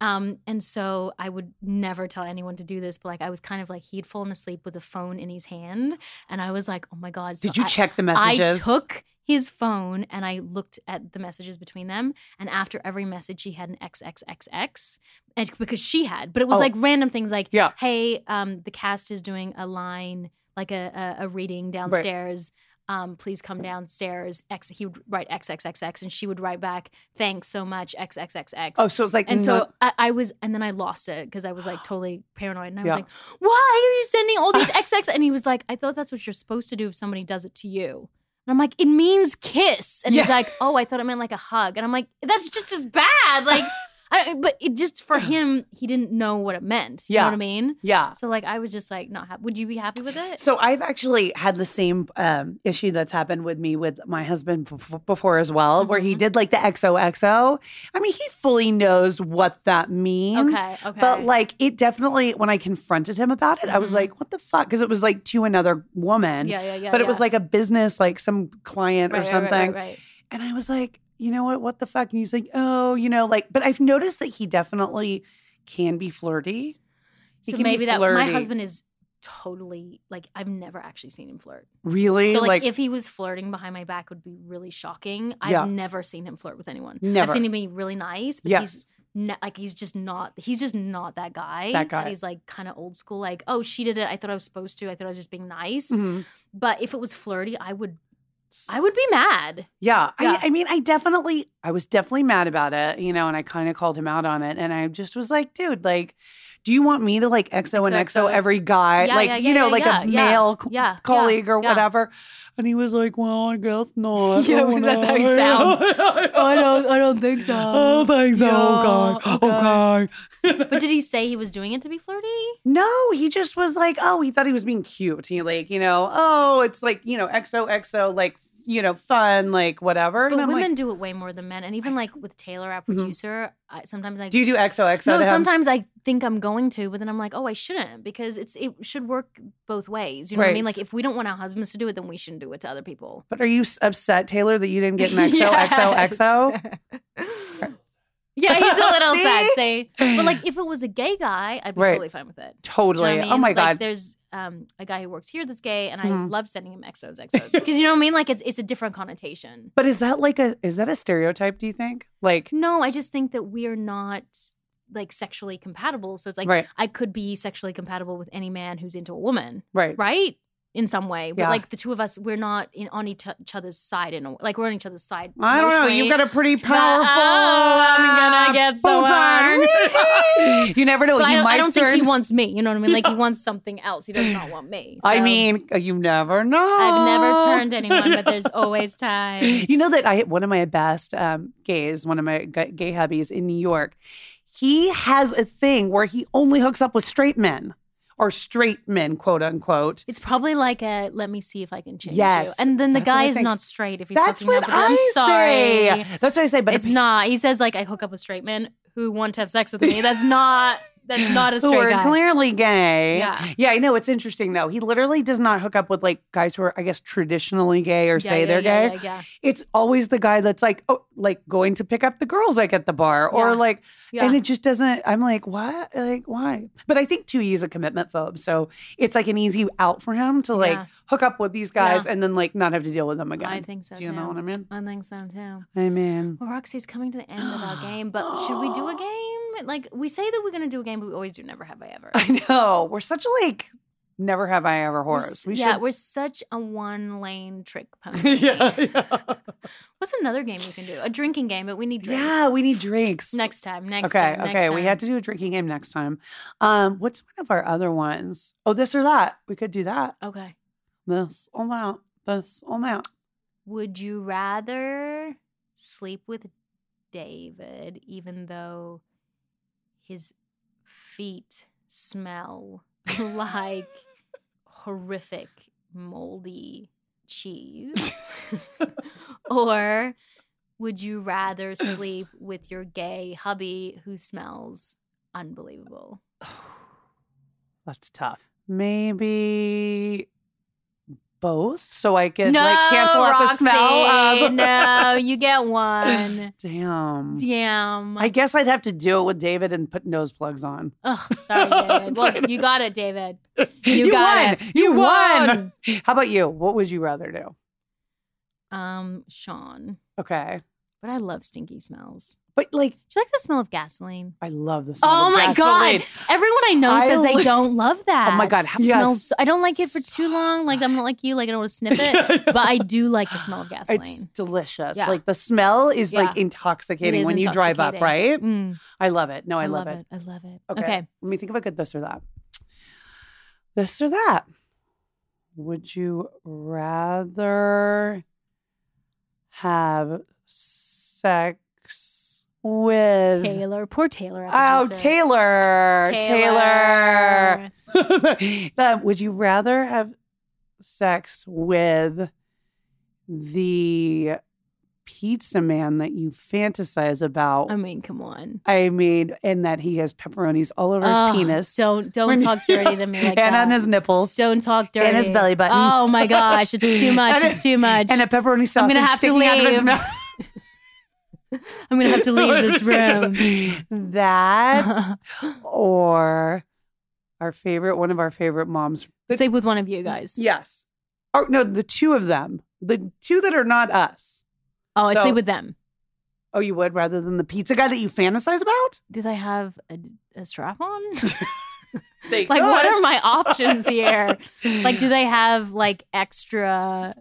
Speaker 2: Um, and so I would never tell anyone to do this, but like I was kind of like he'd fallen asleep with a phone in his hand, and I was like, oh my god. So
Speaker 3: Did you
Speaker 2: I-
Speaker 3: check the messages?
Speaker 2: I took his phone and I looked at the messages between them. And after every message, she had an XXXX and because she had, but it was
Speaker 3: Oh.
Speaker 2: like random things like,
Speaker 3: Yeah.
Speaker 2: hey, um, the cast is doing a line, like a, a, a reading downstairs. Um, please come downstairs. X, he would write XXXX and she would write back, thanks so much, XXXX.
Speaker 3: Oh, so it's like,
Speaker 2: And
Speaker 3: no-
Speaker 2: so I, I was, and then I lost it because I was like totally paranoid. And I was
Speaker 3: Yeah.
Speaker 2: like, why are you sending all these XX? And he was like, I thought that's what you're supposed to do if somebody does it to you. And I'm like, it means kiss. And he's
Speaker 3: Yeah.
Speaker 2: like, oh, I thought it meant like a hug. And I'm like, that's just as bad. Like, I don't, but it just for him, he didn't know what it meant. You know what
Speaker 3: Yeah.
Speaker 2: I mean?
Speaker 3: yeah.
Speaker 2: So like, I was just like, not happy. Would you be happy with it?
Speaker 3: So I've actually had the same um, issue that's happened with me with my husband bef- before as well, where he
Speaker 2: Mhm.
Speaker 3: did like the XOXO. I mean, he fully knows what that means.
Speaker 2: okay. Okay.
Speaker 3: But like it definitely, when I confronted him about it, I was
Speaker 2: Mhm.
Speaker 3: like, "What the fuck?" Because it was like to another woman,
Speaker 2: yeah, yeah, yeah.
Speaker 3: but it
Speaker 2: yeah.
Speaker 3: was like a business, like some client
Speaker 2: Right,
Speaker 3: or
Speaker 2: right,
Speaker 3: something.
Speaker 2: Right, right,
Speaker 3: And I was like, "You know what? What the fuck?" And he's like, "Oh, you know, like." But I've noticed that he definitely can be flirty. He
Speaker 2: So
Speaker 3: can be
Speaker 2: maybe that my
Speaker 3: flirty.
Speaker 2: husband is totally like I've never actually seen him flirt.
Speaker 3: Really,
Speaker 2: So like, if he was flirting behind my back would be really shocking. I've
Speaker 3: Yeah.
Speaker 2: never seen him flirt with anyone. I've
Speaker 3: Never.
Speaker 2: seen him be really nice, but
Speaker 3: Yes.
Speaker 2: he's ne- like he's just not he's just not that guy.
Speaker 3: That guy.
Speaker 2: he's like kind of old school like, "Oh, she did it. I thought I was supposed to. I thought I was just being nice."
Speaker 3: Mhm.
Speaker 2: But if it was flirty, I would I would be mad.
Speaker 3: Yeah.
Speaker 2: Yeah.
Speaker 3: I, I mean, I definitely, I was definitely mad about it, you know, and I kind of called him out on it. And I just was like, dude, like, do you want me to like XO and
Speaker 2: XO?
Speaker 3: XO every guy,
Speaker 2: Yeah,
Speaker 3: like,
Speaker 2: yeah,
Speaker 3: you
Speaker 2: yeah,
Speaker 3: know,
Speaker 2: yeah,
Speaker 3: like
Speaker 2: yeah,
Speaker 3: a
Speaker 2: yeah,
Speaker 3: male co-
Speaker 2: Yeah. yeah,
Speaker 3: colleague or
Speaker 2: yeah.
Speaker 3: whatever? And he was like, well, I guess not.
Speaker 2: Yeah,
Speaker 3: I
Speaker 2: because that's how he
Speaker 3: wanna-
Speaker 2: sounds.
Speaker 3: I don't, I don't think so. Oh, thanks. Oh,
Speaker 2: Yeah,
Speaker 3: God. Okay.
Speaker 2: But did he say he was doing it to be flirty?
Speaker 3: No, he just was like, oh, he thought he was being cute. He, like, you know, oh, it's like, you know, XOXO, like, you know, fun, like, whatever. And
Speaker 2: But
Speaker 3: I'm like,
Speaker 2: women do it way more than men. And even like with Taylor, our
Speaker 3: Mhm.
Speaker 2: producer, I, sometimes I
Speaker 3: do you do XOXO?
Speaker 2: no,
Speaker 3: to him?
Speaker 2: sometimes I think I'm going to, but then I'm like, oh, I shouldn't because it's it should work both ways. You know what I mean?
Speaker 3: Right.
Speaker 2: Like if we don't want our husbands to do it, then we shouldn't do it to other people.
Speaker 3: But are you s- upset, Taylor, that you didn't get an XO, XO,
Speaker 2: XO. yeah, he's a little
Speaker 3: See?
Speaker 2: sad. Say,
Speaker 3: XO?
Speaker 2: but like if it was a gay guy, I'd be
Speaker 3: Right.
Speaker 2: totally fine with it. Do you know
Speaker 3: totally.
Speaker 2: what I
Speaker 3: Oh
Speaker 2: mean?
Speaker 3: my
Speaker 2: Like,
Speaker 3: God.
Speaker 2: There's um, a guy who works here that's gay, and I
Speaker 3: Mhm.
Speaker 2: love sending him XOs, XOs because you know what I mean. Like it's it's a different connotation.
Speaker 3: But is that like a is that a stereotype? Do you think? Like,
Speaker 2: No, I just think that we're not like sexually compatible. So it's like
Speaker 3: right,
Speaker 2: I could be sexually compatible with any man who's into a woman.
Speaker 3: right,
Speaker 2: right in some way but
Speaker 3: Yeah.
Speaker 2: like the two of us we're not in, on each, each other's side in a, like we're on each other's side
Speaker 3: I don't know. You've
Speaker 2: emotionally,
Speaker 3: got a pretty
Speaker 2: but,
Speaker 3: powerful.
Speaker 2: oh, i'm gonna
Speaker 3: uh,
Speaker 2: get so
Speaker 3: boom time.
Speaker 2: hard.
Speaker 3: you never know.
Speaker 2: but
Speaker 3: you
Speaker 2: I don't,
Speaker 3: might
Speaker 2: I don't
Speaker 3: turn.
Speaker 2: think he wants me you know what i mean like he
Speaker 3: Yeah.
Speaker 2: wants something else he does not want me
Speaker 3: I
Speaker 2: So,
Speaker 3: mean, uh, you never know.
Speaker 2: i've never turned anyone but there's always time
Speaker 3: You know that I one of my best um, gays, one of my g- gay hubbies in New York. He has a thing where he only hooks up with straight men or straight men, quote unquote.
Speaker 2: it's probably like a let me see if i can change you
Speaker 3: Yes,
Speaker 2: and then the
Speaker 3: that's what I
Speaker 2: guy is
Speaker 3: think.
Speaker 2: not straight if he's
Speaker 3: That's
Speaker 2: hooking up
Speaker 3: what
Speaker 2: with
Speaker 3: I
Speaker 2: i'm sorry
Speaker 3: say. That's what I say. But
Speaker 2: it's
Speaker 3: if-
Speaker 2: not he says like i hook up with straight men who want to have sex with me that's not that's not a straight
Speaker 3: who are
Speaker 2: guy
Speaker 3: clearly gay.
Speaker 2: Yeah.
Speaker 3: I know. It's interesting though. He literally does not hook up with like guys who are, I guess, traditionally gay or
Speaker 2: Yeah,
Speaker 3: say
Speaker 2: yeah,
Speaker 3: they're
Speaker 2: yeah,
Speaker 3: gay.
Speaker 2: Yeah, yeah,
Speaker 3: It's always the guy that's like, oh, like going to pick up the girls like at the bar
Speaker 2: Yeah.
Speaker 3: or like,
Speaker 2: yeah.
Speaker 3: and it just doesn't. I'm like, what? Like, why? But I think too, he's a commitment phobe, so it's like an easy out for him to like
Speaker 2: Yeah.
Speaker 3: hook up with these guys and then like not have to deal with them again.
Speaker 2: I think so
Speaker 3: Do
Speaker 2: too.
Speaker 3: you know what I mean?
Speaker 2: I think so too.
Speaker 3: I mean,
Speaker 2: Well, Roxy's coming to the end of our game, but should we do a game? Like we say that we're gonna do a game, but we always do. Never have I ever.
Speaker 3: I know we're such like never have I ever
Speaker 2: We're
Speaker 3: horrors.
Speaker 2: s-
Speaker 3: We
Speaker 2: yeah,
Speaker 3: should.
Speaker 2: we're such a one lane trick pony.
Speaker 3: yeah, yeah.
Speaker 2: What's another game we can do? A drinking game, but we need drinks.
Speaker 3: Yeah, we need drinks.
Speaker 2: Next time. Next
Speaker 3: okay,
Speaker 2: time. next
Speaker 3: okay. We have
Speaker 2: time.
Speaker 3: to do a drinking game next time. Um, what's one of our other ones? Oh, this or that. We could do that.
Speaker 2: Okay.
Speaker 3: This or that. This or that.
Speaker 2: Would you rather sleep with David, even though his feet smell like horrific moldy cheese? or would you rather sleep with your gay hubby who smells unbelievable?
Speaker 3: That's tough. Maybe both, so I could like cancel out the smell.
Speaker 2: Roxy,
Speaker 3: Of-
Speaker 2: no, you get one.
Speaker 3: Damn.
Speaker 2: Damn.
Speaker 3: I guess I'd have to do it with David and put nose plugs on.
Speaker 2: Oh, sorry, David. Well,
Speaker 3: Sorry.
Speaker 2: you got it, David.
Speaker 3: You,
Speaker 2: got
Speaker 3: won.
Speaker 2: it.
Speaker 3: You,
Speaker 2: You
Speaker 3: won. How about you? What would you rather do?
Speaker 2: Um, Sean.
Speaker 3: Okay.
Speaker 2: But I love stinky smells.
Speaker 3: But like,
Speaker 2: Do you like the smell of gasoline?
Speaker 3: I love this.
Speaker 2: Oh my god! Everyone I know
Speaker 3: I
Speaker 2: says they
Speaker 3: li-
Speaker 2: don't love that.
Speaker 3: Oh my God,
Speaker 2: It smells.
Speaker 3: yes.
Speaker 2: I don't like it for too long. Like I'm not like you. Like I don't want to sniff it. but I do like the smell of
Speaker 3: It's
Speaker 2: gasoline.
Speaker 3: delicious.
Speaker 2: Yeah.
Speaker 3: Like the smell is like
Speaker 2: Yeah.
Speaker 3: intoxicating
Speaker 2: It is
Speaker 3: when you drive up, right?
Speaker 2: intoxicating. Mm,
Speaker 3: I love it. No, I, love, it.
Speaker 2: I love it.
Speaker 3: Okay.
Speaker 2: Okay.
Speaker 3: Let me think of a good this or that. This or that. Would you rather have sex with
Speaker 2: Taylor. Poor Taylor. our
Speaker 3: Oh,
Speaker 2: producer.
Speaker 3: Taylor.
Speaker 2: Taylor.
Speaker 3: Taylor. Uh, would you rather have sex with the pizza man that you fantasize about?
Speaker 2: I mean, come on.
Speaker 3: I mean, and that he has pepperonis all over
Speaker 2: Oh,
Speaker 3: his penis.
Speaker 2: Don't don't talk dirty to me like
Speaker 3: and
Speaker 2: that.
Speaker 3: on his nipples.
Speaker 2: don't talk dirty.
Speaker 3: and his belly button.
Speaker 2: Oh my gosh, it's too much.
Speaker 3: And
Speaker 2: it's too much.
Speaker 3: and a pepperoni sausage
Speaker 2: gonna have to
Speaker 3: sticking out of his
Speaker 2: leave.
Speaker 3: mouth.
Speaker 2: I'm gonna have to leave this room.
Speaker 3: That or our favorite, one of our favorite moms. The-
Speaker 2: Sleep with one of you guys.
Speaker 3: Yes. Or no, the two of them. The two that are not us.
Speaker 2: Oh, I
Speaker 3: So-
Speaker 2: sleep with them.
Speaker 3: Oh, you would rather than the pizza guy that you fantasize about?
Speaker 2: Do they have a, a strap on?
Speaker 3: They
Speaker 2: like, what are my options here? Like, do they have like extra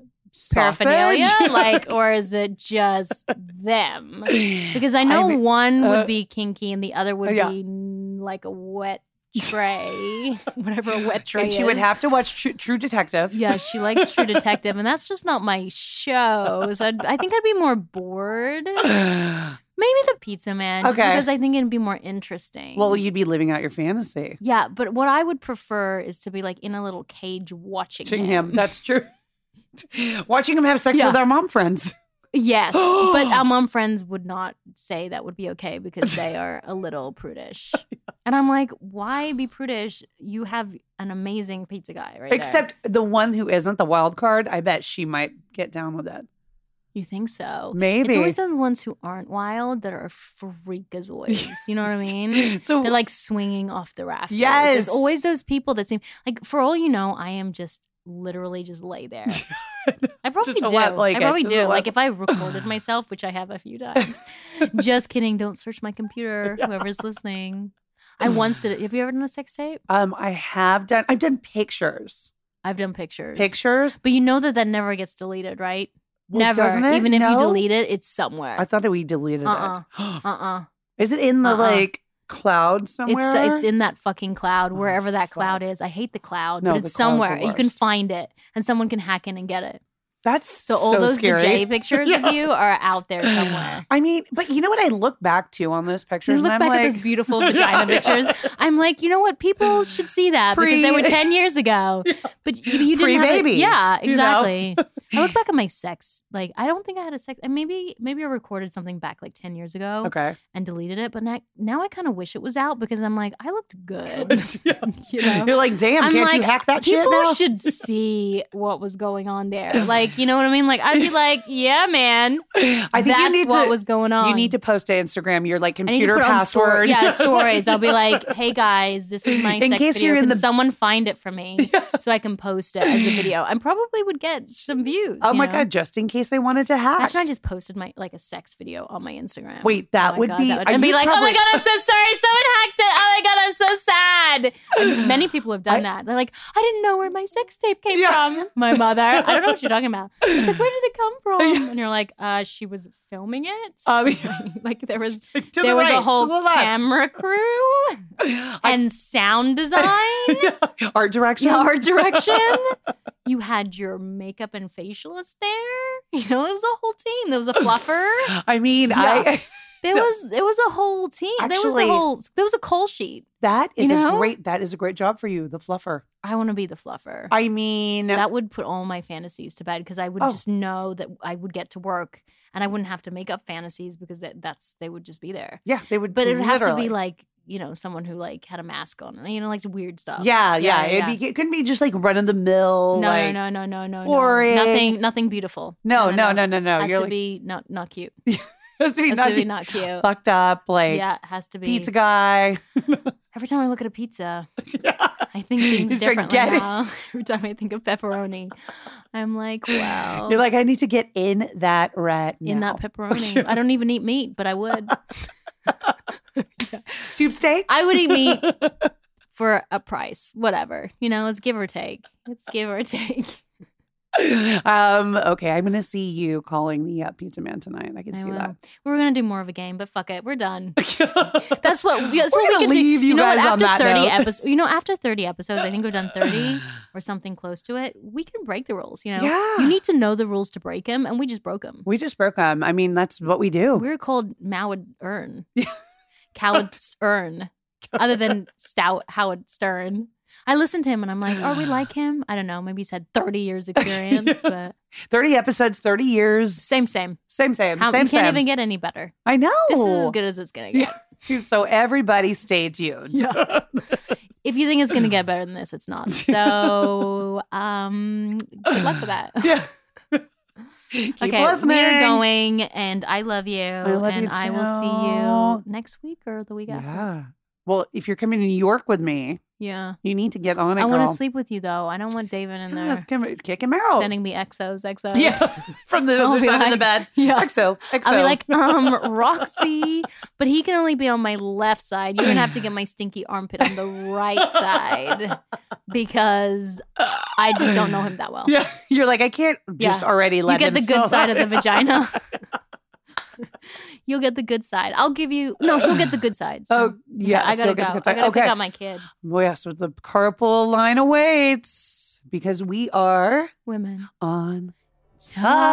Speaker 2: paraphernalia? Like, or is it just them? Because I know
Speaker 3: I'm-
Speaker 2: one
Speaker 3: uh,
Speaker 2: would be kinky and the other would
Speaker 3: yeah.
Speaker 2: be mm, like a wet tray, whatever a wet tray
Speaker 3: and she would
Speaker 2: is.
Speaker 3: have to watch True, True Detective.
Speaker 2: Yeah, she likes True Detective, and that's just not my show. So I'd, I think I'd be more bored. Maybe the Pizza Man, just
Speaker 3: Okay.
Speaker 2: because I think it'd be more interesting.
Speaker 3: well, you'd be living out your fantasy.
Speaker 2: yeah, but what I would prefer is to be like in a little cage watching
Speaker 3: Watching
Speaker 2: him.
Speaker 3: him. That's true. Watching him have sex
Speaker 2: Yeah.
Speaker 3: with our mom friends.
Speaker 2: yes, but our mom friends would not say that would be okay because they are a little prudish, and I'm like, why be prudish? You have an amazing pizza guy, right? there.
Speaker 3: Except the one who isn't the wild card, I bet she might get down with it.
Speaker 2: you think so.
Speaker 3: Maybe.
Speaker 2: It's always those ones who aren't wild that are freakazoids. You know what I mean?
Speaker 3: so
Speaker 2: They're like swinging off the rafters.
Speaker 3: Yes.
Speaker 2: There's always those people that seem like, for all you know, I am just literally just lay there. I probably
Speaker 3: Just a
Speaker 2: do.
Speaker 3: wet blanket.
Speaker 2: I probably
Speaker 3: Just a
Speaker 2: do.
Speaker 3: wet-
Speaker 2: Like if I recorded myself, which I have a few times. just kidding. Don't search my computer. Whoever's listening. I once did it. Have you ever done a sex tape?
Speaker 3: um, I have done. I've done pictures.
Speaker 2: I've done pictures.
Speaker 3: Pictures.
Speaker 2: But you know that that never gets deleted, right?
Speaker 3: Well, doesn't
Speaker 2: never.
Speaker 3: it?
Speaker 2: Even if you
Speaker 3: No?
Speaker 2: delete it, it's somewhere.
Speaker 3: I thought that we deleted
Speaker 2: Uh-uh.
Speaker 3: it.
Speaker 2: uh uh
Speaker 3: Is it in the
Speaker 2: Uh-uh.
Speaker 3: like cloud somewhere?
Speaker 2: It's it's in that fucking cloud,
Speaker 3: Oh,
Speaker 2: wherever that cloud
Speaker 3: fuck.
Speaker 2: is. I hate the cloud,
Speaker 3: No,
Speaker 2: but
Speaker 3: the
Speaker 2: it's
Speaker 3: cloud's the
Speaker 2: somewhere. You can
Speaker 3: worst.
Speaker 2: find it, and someone can hack in and get it.
Speaker 3: That's
Speaker 2: So, all those
Speaker 3: scary.
Speaker 2: vajay pictures
Speaker 3: Yeah.
Speaker 2: of you are out there somewhere.
Speaker 3: I mean, but you know what I look back to on those pictures?
Speaker 2: You look
Speaker 3: and
Speaker 2: back
Speaker 3: I'm
Speaker 2: at
Speaker 3: like,
Speaker 2: those beautiful vagina pictures. I'm like, you know what? People should see that because they were
Speaker 3: Pre-
Speaker 2: ten years ago, but you, you didn't have
Speaker 3: Pre-baby,
Speaker 2: it. Yeah,
Speaker 3: you know?
Speaker 2: exactly. I look back at my sex. Like, I don't think I had a sex. And maybe maybe I recorded something back like ten years ago
Speaker 3: Okay.
Speaker 2: and deleted it. But now, now I kind of wish it was out because I'm like, I looked good.
Speaker 3: Yeah.
Speaker 2: you know?
Speaker 3: You're like, damn,
Speaker 2: I'm
Speaker 3: can't you
Speaker 2: like,
Speaker 3: hack that shit
Speaker 2: People
Speaker 3: now?
Speaker 2: should see what was going on there. Like, you know what I mean? Like, I'd be like, yeah, man.
Speaker 3: I think
Speaker 2: that's
Speaker 3: you need
Speaker 2: what
Speaker 3: to
Speaker 2: was going on.
Speaker 3: you need to post to Instagram your like
Speaker 2: I need to
Speaker 3: computer
Speaker 2: put it on
Speaker 3: password.
Speaker 2: story. Yeah, stories. I'll be like, hey guys, this is my
Speaker 3: In
Speaker 2: sex
Speaker 3: case
Speaker 2: video.
Speaker 3: you're in
Speaker 2: can
Speaker 3: the-
Speaker 2: someone find it for me so I can post it as a video? I probably would get some views.
Speaker 3: Oh
Speaker 2: you
Speaker 3: my
Speaker 2: know?
Speaker 3: god, just in case they wanted to hack.
Speaker 2: Imagine I just posted my like a sex video on my Instagram.
Speaker 3: Wait, that
Speaker 2: Oh my
Speaker 3: would
Speaker 2: God,
Speaker 3: be.
Speaker 2: that would,
Speaker 3: are
Speaker 2: and be
Speaker 3: you
Speaker 2: like, oh my
Speaker 3: probably-
Speaker 2: god, I'm so sorry, someone hacked it. Oh my god, I'm so sad. And many people have done
Speaker 3: I-
Speaker 2: that. They're like, I didn't know where my sex tape came
Speaker 3: Yeah.
Speaker 2: from. My mother. I don't know what you're talking about. It's like, where did it come from? And you're like, uh, she was filming it.
Speaker 3: Um,
Speaker 2: like there was
Speaker 3: to the
Speaker 2: there was
Speaker 3: right,
Speaker 2: a
Speaker 3: to
Speaker 2: whole
Speaker 3: the left.
Speaker 2: camera crew
Speaker 3: I-
Speaker 2: and sound design.
Speaker 3: art direction.
Speaker 2: Yeah, art direction. you had your makeup and facialist there. You know, it was a whole team. There was a fluffer.
Speaker 3: I mean,
Speaker 2: Yeah.
Speaker 3: I
Speaker 2: There
Speaker 3: So-
Speaker 2: was it was a whole team. there was
Speaker 3: Actually-
Speaker 2: a whole there was a call sheet.
Speaker 3: That
Speaker 2: You
Speaker 3: is
Speaker 2: know?
Speaker 3: a great that is a great job for you, the fluffer.
Speaker 2: I want to be the fluffer.
Speaker 3: I mean,
Speaker 2: that would put all my fantasies to bed because I would
Speaker 3: Oh.
Speaker 2: just know that I would get to work and I wouldn't have to make up fantasies because that, that's they would just be there.
Speaker 3: yeah, they would
Speaker 2: But it would have to
Speaker 3: literally-
Speaker 2: be like you know someone who like had a mask on, you know, like weird stuff. oh,
Speaker 3: Yeah, yeah.
Speaker 2: Yeah,
Speaker 3: it'd
Speaker 2: yeah,
Speaker 3: Be, it couldn't be just like run of the mill.
Speaker 2: No,
Speaker 3: like,
Speaker 2: no, no, no, no, no,
Speaker 3: boring.
Speaker 2: no. Nothing, nothing beautiful.
Speaker 3: no, no, no, no, no.
Speaker 2: Has
Speaker 3: You're
Speaker 2: to
Speaker 3: like,
Speaker 2: be not not cute.
Speaker 3: has to be
Speaker 2: Has
Speaker 3: not,
Speaker 2: to be not cute.
Speaker 3: fucked up, like
Speaker 2: Yeah, it has to be.
Speaker 3: pizza guy.
Speaker 2: Every time I look at a pizza,
Speaker 3: yeah.
Speaker 2: I think things
Speaker 3: It's your
Speaker 2: differently
Speaker 3: getting-
Speaker 2: now. Every time I think of pepperoni, I'm like, wow.
Speaker 3: You're like, I need to get in that rat.
Speaker 2: in that
Speaker 3: now."
Speaker 2: pepperoni. I don't even eat meat, but I would.
Speaker 3: tube steak.
Speaker 2: I would eat meat for a price, whatever. You know, it's give or take. It's give or take.
Speaker 3: um. Okay, I'm gonna see you calling the uh, pizza man tonight. I can
Speaker 2: I
Speaker 3: see
Speaker 2: will.
Speaker 3: that.
Speaker 2: We were gonna do more of a game, but fuck it, we're done.
Speaker 3: That's
Speaker 2: That's what. That's
Speaker 3: We're
Speaker 2: what we
Speaker 3: gonna
Speaker 2: can
Speaker 3: leave
Speaker 2: do.
Speaker 3: you
Speaker 2: know
Speaker 3: guys
Speaker 2: what?
Speaker 3: on
Speaker 2: After
Speaker 3: that
Speaker 2: thirty
Speaker 3: note.
Speaker 2: episodes, you know, after thirty episodes, I think we've done thirty or something close to it. We can break the rules. You know,
Speaker 3: Yeah.
Speaker 2: you need to know the rules to break them, and we just broke them.
Speaker 3: we just broke them. I mean, that's what we do.
Speaker 2: We're called Moward Earn. Coward Earn. Other than Stout Howard Stern. I listened to him and I'm like, are we like him? I don't know. Maybe he's had 30 years experience, but
Speaker 3: Thirty episodes, thirty years.
Speaker 2: same, same.
Speaker 3: Same, same,
Speaker 2: How,
Speaker 3: same,
Speaker 2: you can't
Speaker 3: same. Oh.
Speaker 2: even get any better.
Speaker 3: I know.
Speaker 2: This is as good as it's going to get.
Speaker 3: So everybody, stay tuned.
Speaker 2: Yeah. If you think it's going to get better than this, it's not. So um, good luck with that.
Speaker 3: yeah. Keep
Speaker 2: okay,
Speaker 3: listening.
Speaker 2: we're going, and I love you.
Speaker 3: love you
Speaker 2: and I will see
Speaker 3: too.
Speaker 2: you next week or the week after.
Speaker 3: Yeah. Well, if you're coming to New York with me,
Speaker 2: Yeah.
Speaker 3: you need to get on it.
Speaker 2: I
Speaker 3: want
Speaker 2: want to sleep with you though. I don't want David in there
Speaker 3: Yes, come, kick him out.
Speaker 2: sending me exos, exos.
Speaker 3: yeah. From the
Speaker 2: I'll
Speaker 3: other
Speaker 2: be
Speaker 3: side of the
Speaker 2: like-
Speaker 3: bed.
Speaker 2: yeah.
Speaker 3: XO, XO.
Speaker 2: I'll be like, um, Roxy, but he can only be on my left side. You're gonna have to get my stinky armpit on the right side because I just don't know him that well.
Speaker 3: Yeah. You're like, I can't just already
Speaker 2: You
Speaker 3: let
Speaker 2: get
Speaker 3: him Oh,
Speaker 2: the good
Speaker 3: smell
Speaker 2: side of
Speaker 3: it.
Speaker 2: the vagina. You'll get the good side. I'll give you no. He'll get the good side. so,
Speaker 3: Oh, yeah.
Speaker 2: I
Speaker 3: so
Speaker 2: gotta
Speaker 3: get
Speaker 2: go.
Speaker 3: the good
Speaker 2: I
Speaker 3: side.
Speaker 2: gotta
Speaker 3: okay.
Speaker 2: pick up my kid.
Speaker 3: Well, yes, with the carpool line awaits because we are
Speaker 2: Women.
Speaker 3: on top.